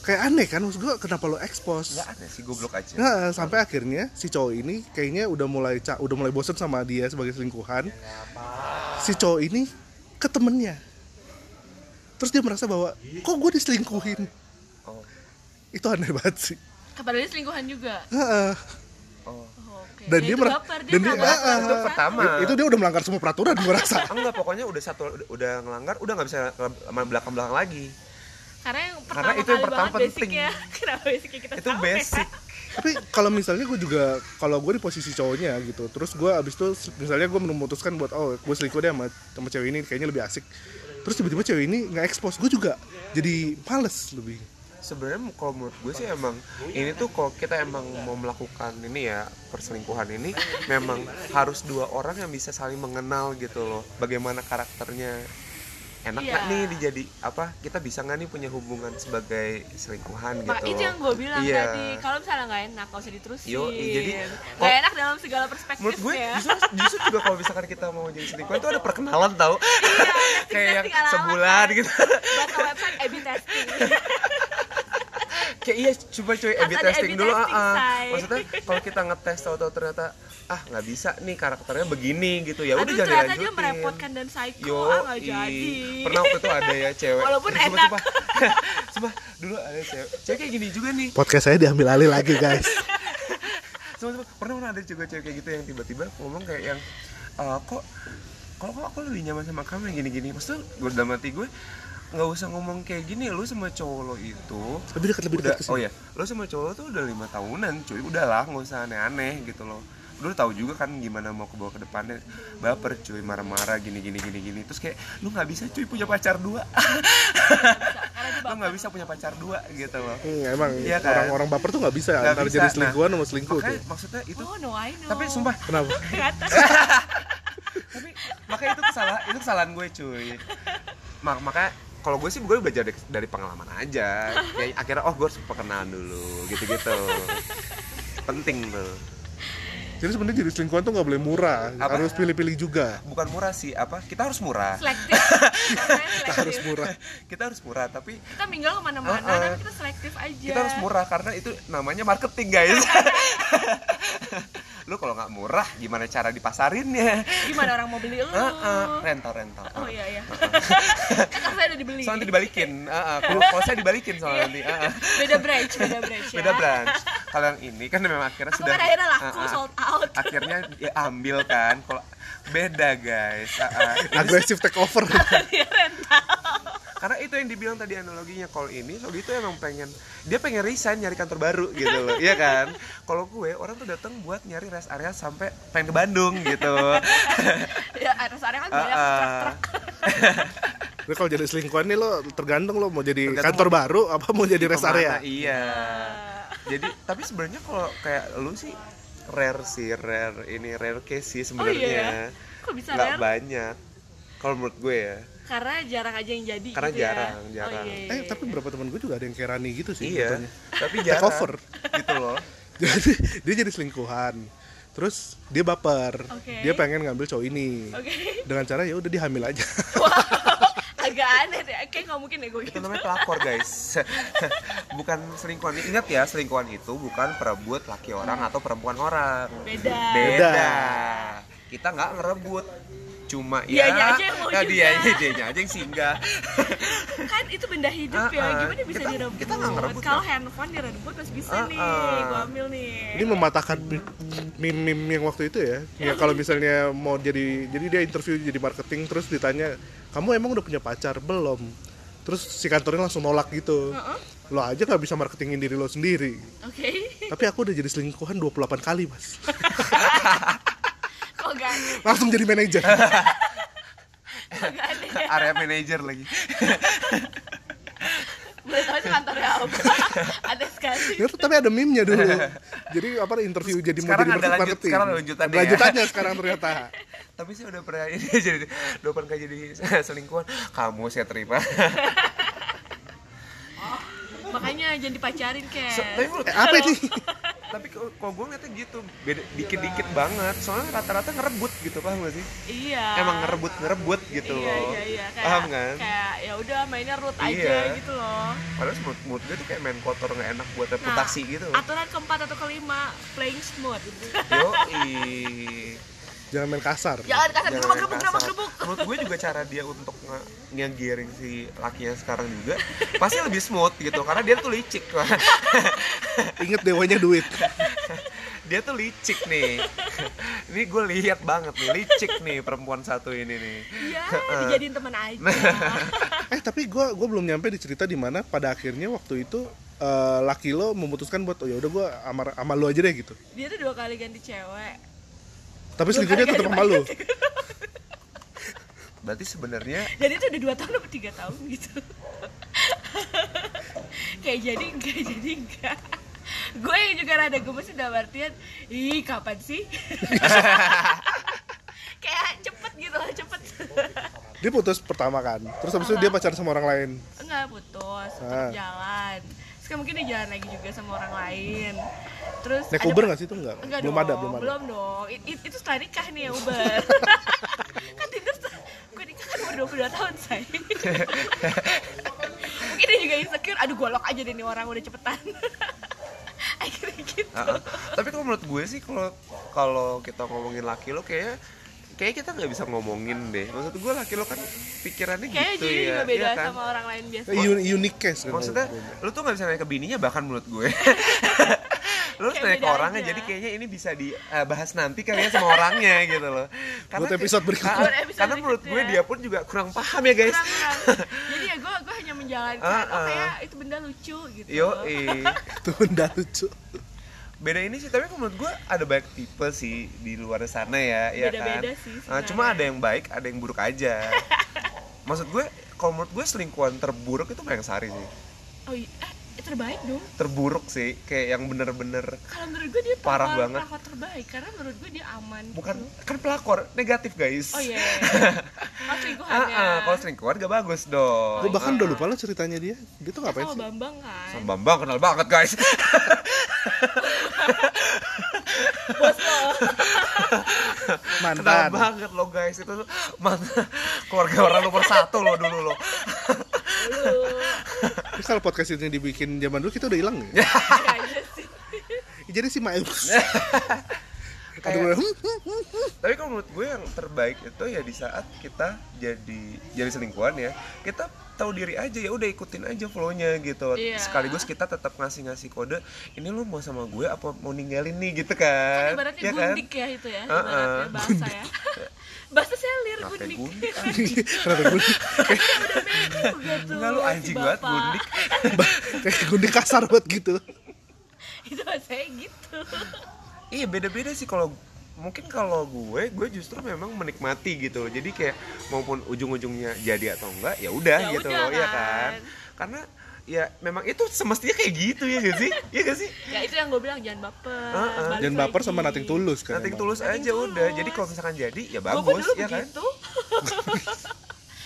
B: Kayak aneh kan maksud gue kenapa lo expose?
C: nggak ada sih goblok aja.
B: Nah, sampai akhirnya si cowok ini kayaknya udah mulai ca- udah mulai bosen sama dia sebagai selingkuhan. Si cowok ini ke temennya. Terus dia merasa bahwa kok gue diselingkuhin?
C: Oh,
B: Itu aneh banget sih.
A: Kabar dia selingkuhan juga.
B: Heeh.
C: oh.
A: Oh, Oke.
B: Dan
A: Ya,
B: dia
A: itu
B: merah-
A: baper, dia
B: dan dia-
A: merasa
B: ah, ah,
A: baper.
C: Itu pertama.
B: Itu dia udah melanggar semua peraturan gue rasa.
C: Enggak, pokoknya udah satu udah, udah ngelanggar, udah nggak bisa belakang belakang lagi.
A: Karena yang pertama
C: Karena itu yang
A: kali
C: pertama
A: banget
C: penting.
A: basicnya. Kenapa basicnya kita
C: Itu
A: sama ya?
C: basic.
B: tapi kalau misalnya gue juga kalau gue di posisi cowoknya gitu terus gue abis itu misalnya gue memutuskan buat oh gue selingkuh deh sama, sama cewek ini kayaknya lebih asik terus tiba-tiba cewek ini nggak expose gue juga jadi males lebih
C: Sebenarnya kalau menurut gue sih emang ini tuh kalau kita emang mau melakukan ini ya perselingkuhan ini memang harus dua orang yang bisa saling mengenal gitu loh. Bagaimana karakternya enak nggak
A: Iya.
C: nih dijadi apa kita bisa nggak nih punya hubungan sebagai selingkuhan
A: Maka Nah,
C: gitu
A: itu
C: loh.
A: yang gue bilang
C: Iya.
A: tadi. Kalau misalnya nggak enak, nggak usah diterusin.
C: Yoi, jadi-
A: nggak
C: kok-
A: enak dalam segala perspektif
C: menurut gue
A: ya.
C: justru, justru juga kalau misalkan kita mau jadi selingkuhan itu ada perkenalan tau
A: Iya,
C: kayak yang
A: testing ala-ala
C: sebulan Ya
A: kan.
C: gitu
A: Bahasa website A/B testing.
C: kayak iya coba cuy
A: Harus
C: A/B
A: ada
C: testing
A: A/B
C: dulu ah,
A: testing,
C: ah.
A: Shay.
C: maksudnya kalau kita ngetes tau-tau ternyata ah nggak bisa nih karakternya begini gitu ya udah
A: Aduh,
C: jangan
A: ternyata
C: dilanjutin
A: dia merepotkan dan psycho.
C: Yo,
A: ah, nggak
C: ih.
A: jadi.
C: pernah waktu itu ada ya cewek
A: Walaupun
C: Sumpah,
A: enak.
C: sumpah. Sumpah, dulu ada cewek cewek kayak gini juga nih
B: podcast saya diambil alih lagi guys
C: Cuma- cuma pernah pernah ada juga cewek kayak gitu yang tiba-tiba ngomong kayak yang "Eh, kok kalau kok aku lebih nyaman sama kamu yang gini-gini maksudnya gue dalam hati gue nggak usah ngomong kayak gini lu sama cowok lo itu
B: lebih dekat lebih
C: udah
B: dekat
C: oh
B: kesini
C: ya lu sama cowok lo tuh udah lima tahunan cuy udahlah nggak usah aneh-aneh gitu loh lu tahu juga kan gimana mau ke bawah ke depannya baper cuy marah-marah gini gini gini gini terus kayak lu nggak bisa cuy punya pacar dua lu nggak bisa punya pacar dua gitu loh
B: Hmm, emang
C: Iya kan?
B: orang-orang baper tuh nggak bisa
C: Nggak
B: antara
C: bisa.
B: jadi
C: Nah,
B: selingkuhan sama selingkuh
C: makanya
B: tuh
C: maksudnya itu
A: Oh, no, I know.
C: tapi sumpah
B: kenapa
A: Ternyata.
C: tapi makanya itu kesalahan itu kesalahan gue cuy Mak makanya kalau gue sih gue belajar dari, dari pengalaman aja kayak akhirnya oh gue harus perkenalan dulu gitu gitu penting tuh
B: jadi sebenarnya jadi selingkuhan tuh nggak boleh murah
C: Apa?
B: harus pilih-pilih juga
C: bukan murah sih apa kita harus murah
A: Selektif. Namanya
B: harus
A: selektif.
B: murah
C: kita harus murah tapi
A: Kita minggal kemana-mana,
C: Uh-uh.
A: tapi kita selektif aja.
C: kita harus murah karena itu namanya marketing guys lu kalau nggak murah gimana cara dipasarinnya
A: Gimana orang mau beli lu?
C: Ah, ah, rental rental
A: Oh iya iya.
C: Ah,
A: Kan kafe udah dibeli.
C: ah. soalnya nanti dibalikin Ah, ah. kalau kalau saya dibalikin
A: Iya.
C: soalnya nanti Ah, ah.
A: Beda branch, beda branch ya.
C: beda branch kalau yang ini kan memang akhirnya
A: Aku
C: sudah
A: kan akhirnya laku
C: Ah, ah.
A: sold out.
C: akhirnya diambil kan kalau beda guys Ah, ah.
B: agresif take over
A: Dia rental.
C: karena itu yang dibilang tadi analoginya kalau ini kalau itu emang pengen dia pengen resign nyari kantor baru gitu loh iya kan kalau gue orang tuh datang buat nyari rest area sampai pengen ke Bandung gitu
A: Ya, atas area kan
C: Ah,
A: banyak
C: ah.
A: truk-truk.
B: Lo kalau jadi selingkuhan nih lo tergantung lo mau jadi
C: Tergantung
B: kantor baru apa mau jadi rest
C: Kemana?
B: area.
C: iya jadi tapi sebenarnya kalau kayak lu sih rare sih rare ini rare case sih
A: Oh iya. ya?
C: sebenarnya
A: Kok bisa
C: nggak
A: rare?
C: banyak kalau menurut gue ya
A: Karena jarang aja yang jadi
C: Karena
A: gitu ya.
C: jarang,
A: Oh,
C: jarang.
A: iya, iya,
B: Eh
A: iya.
B: tapi berapa teman gue juga ada yang kayak Rani gitu sih
C: iya
B: jatuhnya.
C: tapi
B: Take
C: jarang
B: over.
C: gitu loh
B: Jadi dia jadi selingkuhan. terus dia baper
A: Oke.
B: dia pengen ngambil cowok ini
A: Oke.
B: dengan cara ya udah dia hamil aja
A: Wow, agak aneh deh. Kayak nggak mungkin deh gue
C: itu
A: gitu.
C: namanya pelakor guys bukan selingkuhan ingat ya selingkuhan itu bukan perebut laki orang atau perempuan orang
A: Beda.
C: beda, kita nggak ngerebut cuma
A: Dianya
C: ya
A: aja yang mau
C: eh, dia
A: juga.
C: dianya aja yang singgah
A: Kan itu benda hidup
C: Ah, ah.
A: ya. Gimana bisa
C: Kita-
A: direbut?
C: kita nggak ngerebut,
A: Kalau
C: kan?
A: handphone direbut masih bisa
C: Ah,
A: nih.
C: ah.
A: Gue ambil nih.
B: ini mematahkan mi- meme-meme yang waktu itu ya ya kalau misalnya mau jadi jadi dia interview jadi marketing terus ditanya kamu emang udah punya pacar belum terus si kantornya langsung nolak gitu
A: Heeh.
B: lo aja nggak bisa marketingin diri lo sendiri
A: Oke.
B: tapi aku udah jadi selingkuhan 28 kali mas
A: Kok gak aneh?
B: langsung jadi manajer
A: Kok gak aneh?
C: area manager lagi
A: Boleh tahu itu kantornya apa? Ada sekali.
B: Ya, tapi ada meme-nya dulu jadi apa interview jadi mau
C: sekarang
B: jadi
C: ada lanjut-
B: marketing
C: sekarang ada lanjutannya ya.
B: lanjutannya sekarang ternyata
C: tapi saya udah pernah ini jadi dopan kayak jadi selingkuhan kamu saya terima
A: Makanya jangan dipacarin, Kes.
C: So- tapi menurut-
B: eh, apa ini
C: tapi kalau kalau gue ngeliatnya gitu beda dikit dikit banget soalnya rata-rata ngerebut gitu paham gak sih
A: Iya.
C: emang ngerebut ngerebut gitu
A: iya,
C: loh
A: iya, iya. Kayak,
C: paham kan
A: Kayak ya udah mainnya root aja
C: Iya.
A: gitu loh. Nah,
C: padahal menurut, menurut gue tuh kayak main kotor nggak enak buat reputasi gitu
A: Aturan keempat atau kelima playing smooth.
C: yo
B: jangan main kasar
C: Ya.
A: Jangan kasar gerbuk gerbuk gerbuk gerbuk.
C: menurut gue juga cara dia untuk nge ngegiring si lakinya sekarang juga pasti lebih smooth gitu karena dia tuh licik kan?
B: inget dewanya duit
C: dia tuh licik nih ini gue lihat banget nih licik nih perempuan satu ini nih
A: Iya, dijadiin teman aja.
C: Nah.
B: eh tapi gua gua belum nyampe di cerita di mana pada akhirnya waktu itu eh, laki lo memutuskan buat oh ya udah gua amar sama lo aja deh gitu
A: Dia tuh dua kali ganti cewek.
B: tapi selingkuhnya
A: kali
B: tetap
A: ganti
B: sama lo
C: berarti sebenarnya
A: Jadi itu udah dua tahun atau tiga tahun gitu. Kayak jadi enggak, jadi enggak. Gue yang juga rada gemes udah artian, ih kapan sih? Kayak cepet gitu loh, cepet.
B: dia putus pertama kan terus habis itu dia pacaran sama orang lain
A: Enggak putus,
B: Ah.
A: tetap jalan. Terus kan mungkin dia jalan lagi juga sama orang lain. Terus
B: naik
A: ada-
B: Uber nggak sih itu enggak,
A: Enggak
B: belum
A: dong,
B: ada belum ada
A: Belum dong. I- i- itu setelah nikah nih ya Uber. kan Tinder se- gue nikah kan umur 22 tahun, say. Mungkin dia juga insecure, aduh golok aja deh nih orang udah cepetan. Akhirnya gitu.
C: Heeh. tapi kalau menurut gue sih kalau kalau kita ngomongin laki lo kayaknya kayak kita nggak bisa ngomongin deh maksud gue laki lo kan pikirannya
A: Kayaknya
C: gitu
A: jadi
C: ya
A: juga beda
C: iya kan?
A: sama orang lain biasa.
B: Eh, u- unique case kan
C: maksudnya lo tuh nggak bisa nanya ke bininya bahkan menurut gue lo harus
A: Kayak
C: nanya ke
A: beda
C: orangnya
A: aja.
C: jadi kayaknya ini bisa dibahas nanti kali ya sama orangnya gitu loh
B: Buat episode berikutnya.
C: Karena-
A: Buat episode
C: karena menurut gue
A: berikutnya.
C: dia pun juga kurang paham ya guys
A: Kurang-kurang. Jadi ya gue gue hanya menjalankan,
C: Ah,
A: oh
C: ah.
A: kayak itu benda lucu gitu.
C: yo eh.
B: tuh benda lucu
C: beda ini sih tapi kalau menurut gue ada banyak tipe sih di luar sana ya ya kan
A: Beda-beda sih
C: Nah,
A: sebenarnya.
C: cuma ada yang baik ada yang buruk aja maksud gue kalau menurut gue selingkuhan terburuk itu Mayang Sari sih
A: Oh iya, eh, terbaik dong.
C: terburuk sih kayak yang bener-bener
A: Kalau menurut gue dia
C: Parah
A: pelakor-
C: banget.
A: pelakor terbaik karena menurut gue dia aman. gitu.
C: bukan kan pelakor negatif guys
A: Oh iya. iya. Kalau
C: Ah,
A: selingkuhannya.
C: ah, kalau selingkuhan gak bagus dong.
B: gue bahkan
C: Ah,
B: udah lupa lo ceritanya dia dia tuh ngapain
A: sama
B: sih
A: Bambang kan.
C: Sama Bambang kenal banget guys.
A: Bos lo.
C: kenal
B: mantan
C: banget lo guys itu tuh mantan keluarga orang nomor satu lo dulu lo.
A: Lu.
B: Terus kalau podcast ini dibikin zaman dulu kita udah hilang ya?
A: Kayaknya sih.
B: Jadi si Mail.
C: Kayak-
B: "Hmm,
C: Tapi kalau menurut gue yang terbaik itu ya di saat kita jadi jadi selingkuhan ya kita tahu diri aja ya udah ikutin aja flownya gitu.
A: Iya.
C: Sekaligus kita tetap ngasih ngasih kode ini lo mau sama gue apa mau ninggalin nih gitu kan?
A: Ibaratnya
C: Ya kan?
A: gundik ya itu ya.
C: Ah, ah.
A: Ibaratnya bahasa ya. Bahasa selir
C: Kenapa
A: gundik.
C: gundik?
B: Kenapa gue
A: Udah meme juga tuh.
C: Enggak
A: gitu
C: lu
A: si
C: anjing banget
A: bapak.
C: gundik.
B: kayak gue kasar banget gitu?
A: Itu bahasanya gitu.
C: Iya beda-beda sih kalau mungkin kalau gue gue justru memang menikmati gitu loh jadi kayak maupun ujung-ujungnya jadi atau enggak ya udah
A: Ya
C: gitu
A: udah
C: loh ya
A: kan.
C: kan karena ya memang itu semestinya kayak gitu ya gak sih ya gak sih
A: Ya itu yang gue bilang jangan baper.
C: Ah, ah.
B: Jangan baper sama nating tulus kan.
C: nanti
B: emang.
C: tulus
A: Nating
C: aja udah
A: tulus.
C: jadi kalau misalkan jadi ya
A: Gue pun
C: bagus
A: dulu
C: ya kan
A: begitu.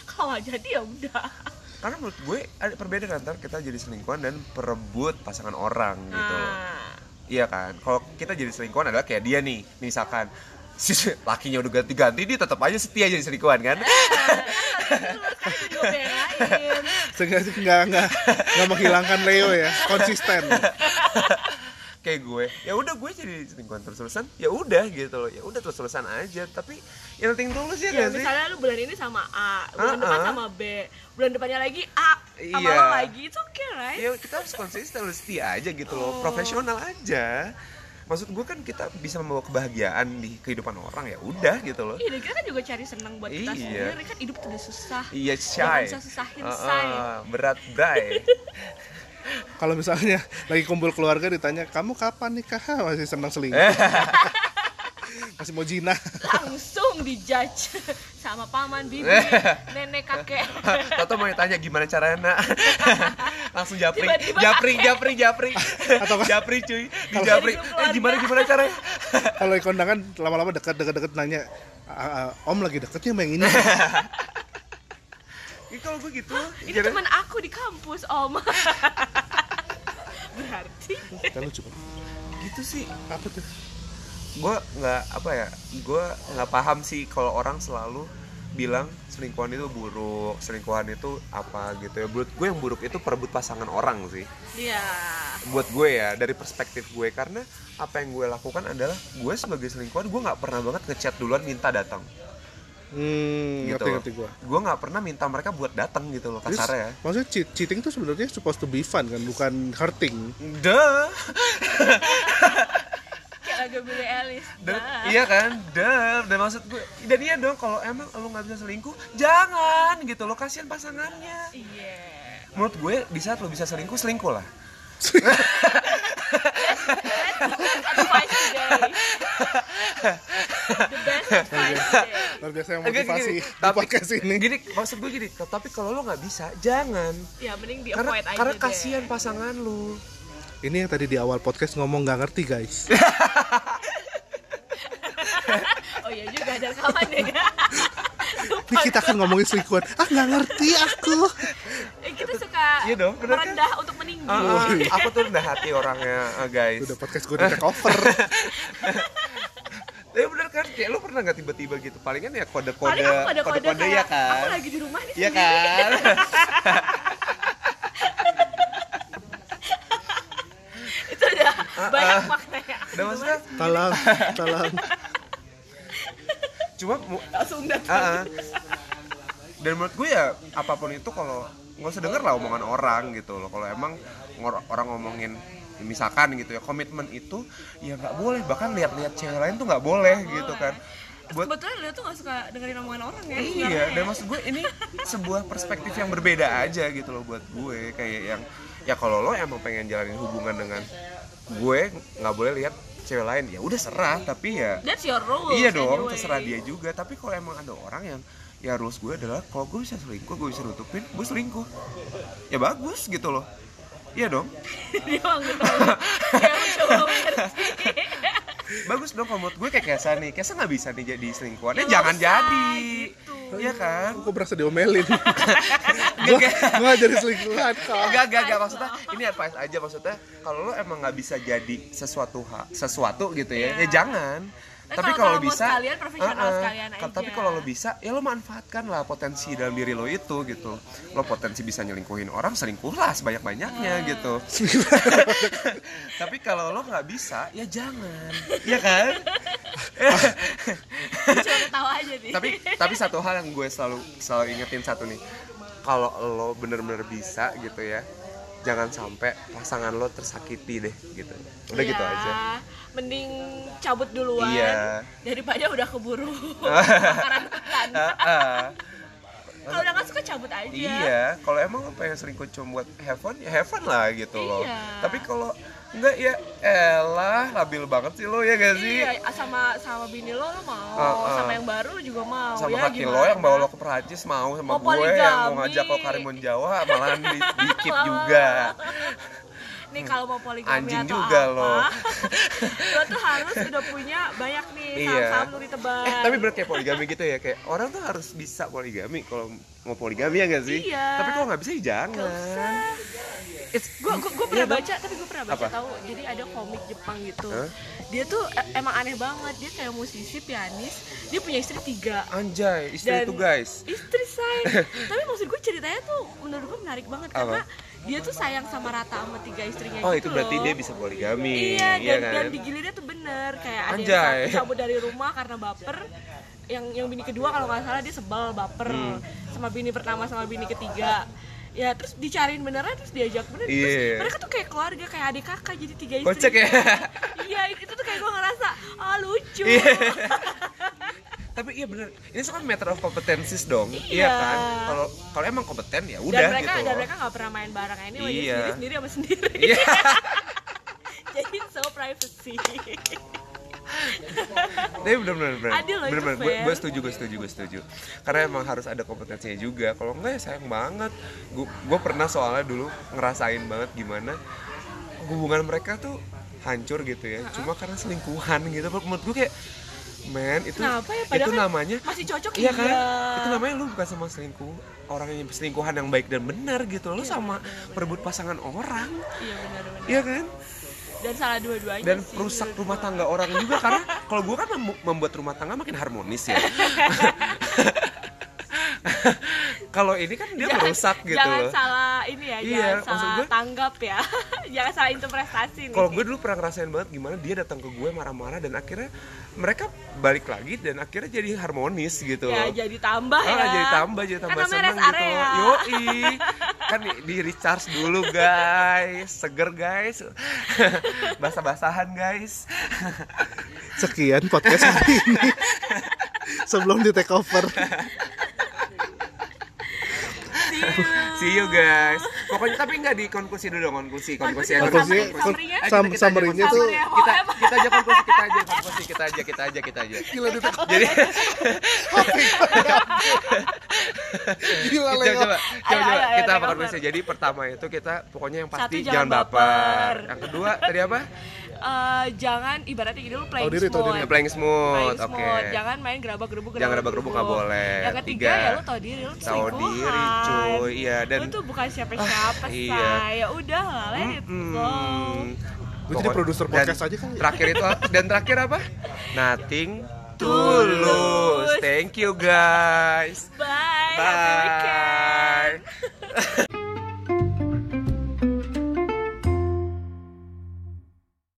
A: Kalau nggak jadi ya udah.
C: karena menurut gue ada perbedaan antara kita jadi selingkuhan dan perebut pasangan orang gitu
A: Nah,
C: Iya kan. Kalau kita jadi selingkuhan adalah kayak dia nih, misalkan si lakinya udah ganti-ganti dia tetap aja setia jadi selingkuhan kan.
A: Makanya gue
C: Iya
A: belain
B: sengaja nggak nggak nggak menghilangkan Leo ya konsisten
C: kayak gue ya udah gue jadi selingkuhan terus-terusan ya udah gitu loh ya udah terus-terusan aja tapi ya nothing tulus ya,
A: ya
C: nggak sih
A: misalnya lu bulan ini sama A bulan depan
C: Uh-uh.
A: sama B bulan depannya lagi A sama
C: Iya.
A: lo lagi itu okay right
C: ya kita harus konsisten harus setia aja gitu
A: Oh.
C: loh profesional aja maksud gue kan kita bisa membawa kebahagiaan di kehidupan orang ya udah gitu loh
A: Iya, dan kita kan juga cari senang buat kita
C: Iya.
A: sendiri kan hidup tidak susah.
C: iya
A: Jangan
C: shy
A: susah-susahin
C: Heeh,
A: say.
C: berat bray
B: kalau misalnya lagi kumpul keluarga ditanya kamu kapan nikah "Hah, masih senang selingkuh masih mau jina
A: Langsung dijudge sama paman, bibi, nenek, kakek.
C: atau mau tanya gimana caranya nak langsung japri
A: Tiba-tiba
C: japri japri japri
B: Atau kan-
C: japri cuy di japri
A: Dari
C: eh,
A: keluarga.
C: gimana gimana caranya
B: kalau di kondangan lama-lama dekat dekat dekat nanya "Ah, ah, om lagi deketnya sama yang ini
C: Ini kalau gue gitu
A: Ini
C: jarang-
A: teman aku di kampus, Om. Berarti
B: kalau coba
C: gitu sih
B: apa tuh
C: gue nggak apa ya gue nggak paham sih kalau orang selalu bilang selingkuhan itu buruk selingkuhan itu apa gitu ya buat gue yang buruk itu perebut pasangan orang sih
A: dia
C: buat gue ya dari perspektif gue karena apa yang gue lakukan adalah gue sebagai selingkuhan gue nggak pernah banget ngechat duluan minta datang
B: hmm,
C: gitu
B: ngerti ngerti gue
C: gue nggak pernah minta mereka buat datang gitu loh
B: Terus,
C: kasarnya ya
B: maksudnya cheat- cheating itu sebenarnya supposed to be fun kan, bukan hurting.
C: Duh,
A: kayak lagu Billie Eilish. Nah,
C: Dan-
A: Dah.
C: iya kan, duh, dan maksud gue, dan iya dong kalau emang lo nggak bisa selingkuh, jangan gitu lo kasihan pasangannya.
A: Iya.
C: menurut gue di saat lo bisa selingkuh selingkuh lah
A: Advice today. The best advice
C: Iya.
A: today.
B: Luar biasa yang
C: Enggak,
B: motivasi di
C: tapi
B: podcast ini.
C: gini maksud gue gini tapi kalau lo nggak bisa jangan
A: Ya mending di
C: karena
A: avoid aja.
C: karena
A: deh.
C: kasihan pasangan lo
B: Ini yang tadi di awal podcast ngomong nggak ngerti guys.
A: Oh iya juga ada rekaman deh.
B: Ini kita akan ngomongin selingkuhan. Ah nggak ngerti aku.
A: Eh, kita suka
C: Iya dong, bener kan?
A: merendah untuk meninggi.
C: Ah, ah, aku tuh rendah hati orangnya ah, guys
B: Udah podcast gue di take over.
C: tapi bener kan kayak lo pernah nggak tiba-tiba gitu palingan ya kode-kode
A: Paling aku ada kode,
C: kode-kode
A: kayak,
C: ya
A: Aku
C: kan
A: lagi di rumah nih
C: Iya
A: sendiri.
C: kan
A: Itu udah
C: Ah,
A: banyak maknanya. Aku
C: udah
A: di
C: maksudnya
A: rumah,
B: Tolong, tolong.
C: cuma mu-
A: langsung datang.
C: ah, ah. dan menurut gue ya apapun itu kalau nggak usah denger lah omongan orang gitu loh kalau emang ngor- orang ngomongin ya misalkan gitu ya komitmen itu ya nggak boleh bahkan lihat-lihat cewek lain tuh nggak boleh gitu kan buat
A: Kebetulan lu tuh gak suka dengerin omongan orang ya.
C: iya dan maksud gue ini sebuah perspektif yang berbeda aja gitu loh buat gue kayak yang ya kalau lo emang pengen jalanin hubungan dengan gue nggak boleh lihat cewek lain ya udah serah tapi ya
A: That's your rule.
C: iya dong terserah dia juga tapi kalau emang ada orang yang ya rules gue adalah kalau gue bisa selingkuh gue bisa nutupin gue selingkuh ya bagus gitu loh iya dong
A: dia mau ngerti. Dia mau coba mengerti.
C: bagus dong kalau menurut gue kayak Kesa nih Kesa nggak bisa nih jadi selingkuhan ya
A: Ya,
C: jangan
A: nggak usah,
C: jadi
A: gitu.
C: iya kan
B: Aku berasa diomelin. Gue nggak jadi selingkuhan kok.
C: Enggak, enggak, enggak maksudnya ini advice aja maksudnya kalau lo emang nggak bisa jadi sesuatu ha- sesuatu gitu ya, ya
A: Iya.
C: jangan.
A: Nah, kalau-
C: tapi kalau
A: kalau
C: lo
A: mau
C: bisa,
A: sekalian, profesional
C: eh, eh,
A: sekalian
C: ka- tapi
A: aja.
C: kalau lo bisa, ya lo manfaatkan lah potensi dalam diri lo itu gitu. Lo potensi bisa nyelingkuhin orang, selingkuhlah sebanyak
A: Iya.
C: banyaknya gitu. tapi kalau lo nggak bisa, ya jangan, ya kan?
A: Dia Cuma ketawa aja nih.
C: tapi tapi satu hal yang gue selalu selalu ingetin satu nih kalau lo bener-bener bisa gitu ya jangan sampai pasangan lo tersakiti deh gitu udah gitu
A: Iya,
C: aja
A: Mending cabut duluan
C: Iya.
A: daripada udah keburu kebakaran hutan.
C: Heeh.
A: Kalau udah nggak suka cabut aja.
C: iya kalau emang lo pengen selingkuh cuma buat have fun ya have fun lah gitu loh
A: Iya.
C: tapi kalau enggak ya elah labil banget sih lo ya gak sih
A: Iya, sama sama bini lo lo mau,
C: Ah, ah.
A: sama yang baru lo juga mau.
C: sama
A: ya,
C: kaki lo
A: gimana?
C: yang bawa lo ke Perancis mau sama
A: Mau
C: gue yang mau
A: poligami.
C: ngajak lo karimun Jawa malahan di, dikit juga
A: Nih kalau mau poligami
C: Anjing
A: atau
C: juga
A: apa,
C: lo.
A: lo tuh harus udah punya banyak nih
C: Iya.
A: saham-saham lu ditebang.
C: Eh, tapi bener kayak poligami gitu ya kayak orang tuh harus bisa poligami kalau mau poligami ya gak sih
A: Iya.
C: tapi kalau nggak bisa ya
A: Nggak
C: jangan
A: usah.
C: It's Iya,
A: gue gue pernah baca tapi gue pernah baca
C: Apa?
A: tahu jadi ada komik Jepang gitu
C: Hah?
A: dia tuh eh, emang aneh banget dia kayak musisi pianis dia punya istri tiga
C: anjay, istri
A: Dan-
C: itu guys.
A: istri saya tapi maksud gue ceritanya tuh menurut gue menarik banget
C: Apa?
A: karena dia tuh sayang sama rata sama tiga istrinya
C: Oh, itu
A: gitu
C: berarti
A: loh.
C: dia bisa poligami,
A: iya,
C: iya
A: dan,
C: kan?
A: dan digilirnya tuh bener kayak ada
C: Anjay.
A: yang cabut dari rumah karena baper yang yang bini kedua kalau nggak salah dia sebel baper
C: Hmm.
A: sama bini pertama sama bini ketiga ya terus dicariin beneran terus diajak bener
C: Iya.
A: terus mereka tuh kayak keluarga kayak adik kakak jadi tiga istri
C: Kocak ya?
A: iya itu tuh kayak gue ngerasa ah lucu
C: Iya. Tapi iya bener, ini kan matter of competencies dong,
A: Iya.
C: iya, kan? Kalau kalau emang kompeten ya
A: dan
C: udah
A: mereka
C: gitu.
A: dan
C: loh.
A: mereka nggak pernah main bareng ini
C: Iya.
A: sendiri sendiri sama sendiri
C: Iya.
A: jadi so privacy
C: Tapi bener bener bener.
A: Adil loh itu,
C: bener, bener. Gue-
A: Fer.
C: Gue setuju, gue setuju, gue setuju. Karena emang harus ada kompetensinya juga. Kalau enggak ya sayang banget. Gue gue pernah soalnya dulu ngerasain banget gimana hubungan mereka tuh hancur gitu ya. Cuma karena selingkuhan gitu. Menurut gue kayak Men, itu
A: Kenapa ya? Padahal
C: itu
A: kan
C: namanya
A: masih cocok,
C: iya kan?
A: iya.
C: Itu namanya lu bukan sama selingkuh orang yang selingkuhan yang baik dan benar gitu. Lu sama perebut pasangan orang,
A: iya benar-benar
C: iya kan?
A: dan salah dua-duanya
C: dan
A: sih,
C: perusak
A: menurut
C: rumah
A: gua.
C: tangga orang juga karena kalau gue kan mem- membuat rumah tangga makin harmonis ya kalau ini kan dia merusak gitu
A: jangan
C: loh
A: salah ini ya
C: Iya,
A: jangan
C: maksud
A: salah
C: gue-
A: tanggap ya jangan salah interpretasi nih
C: kalau gue dulu pernah ngerasain banget gimana dia datang ke gue marah-marah dan akhirnya mereka balik lagi dan akhirnya jadi harmonis gitu
A: ya
C: loh
A: jadi tambah
C: Ah,
A: ya
C: jadi tambah jadi
A: Kan
C: tambah
A: namanya
C: seneng
A: rest
C: gitu
A: area.
C: yoi kan di, di recharge dulu guys seger guys basah-basahan guys
B: Sekian podcast hari ini. Sebelum di take over.
A: Iya.
C: See you guys. Pokoknya tapi nggak di konklusi dulu dong konklusi konklusi.
A: Konklusi,
C: konklusi.
A: summary, summary-nya.
C: Eh, kita- kita aja
B: Sam- summary-nya
C: konklusi.
B: tuh-
C: kita kita aja konklusi kita aja konklusi kita aja kita aja kita aja.
B: Gila di take
C: Jadi
B: Gila
C: coba
B: lengkap.
A: Ayo,
C: coba coba, coba.
A: ayo,
C: kita
A: ayo,
C: apa
A: baper.
C: konklusi? Jadi pertama itu kita pokoknya yang pasti
A: Satu,
C: jangan
A: jangan
C: baper.
A: baper.
C: Yang kedua tadi apa?
A: Eh, jangan ibaratnya gitu lu playing
B: Tahu diri, tahu
A: small
B: diri.
C: Playing smooth.
A: Playing
C: Oke.
A: smooth. jangan main gerabak gerubuk
C: Jangan gerabak-gerubuk, nggak boleh.
A: yang ketiga
C: Tiga.
A: ya lu tahu diri lu
C: Tahu diri,
A: selingkuhan.
C: cuy. Iya, dan-
A: lu tuh bukan siapa-siapa
C: Ah,
A: say.
C: iya.
A: ya udah lah let it go
C: Hmm.
B: Gua jadi
C: Pokok-
B: produser
C: dan
B: podcast aja kali. ya.
C: Terakhir itu dan terakhir apa? Nothing tulus. Thank you guys.
A: bye, happy weekend
C: Bye.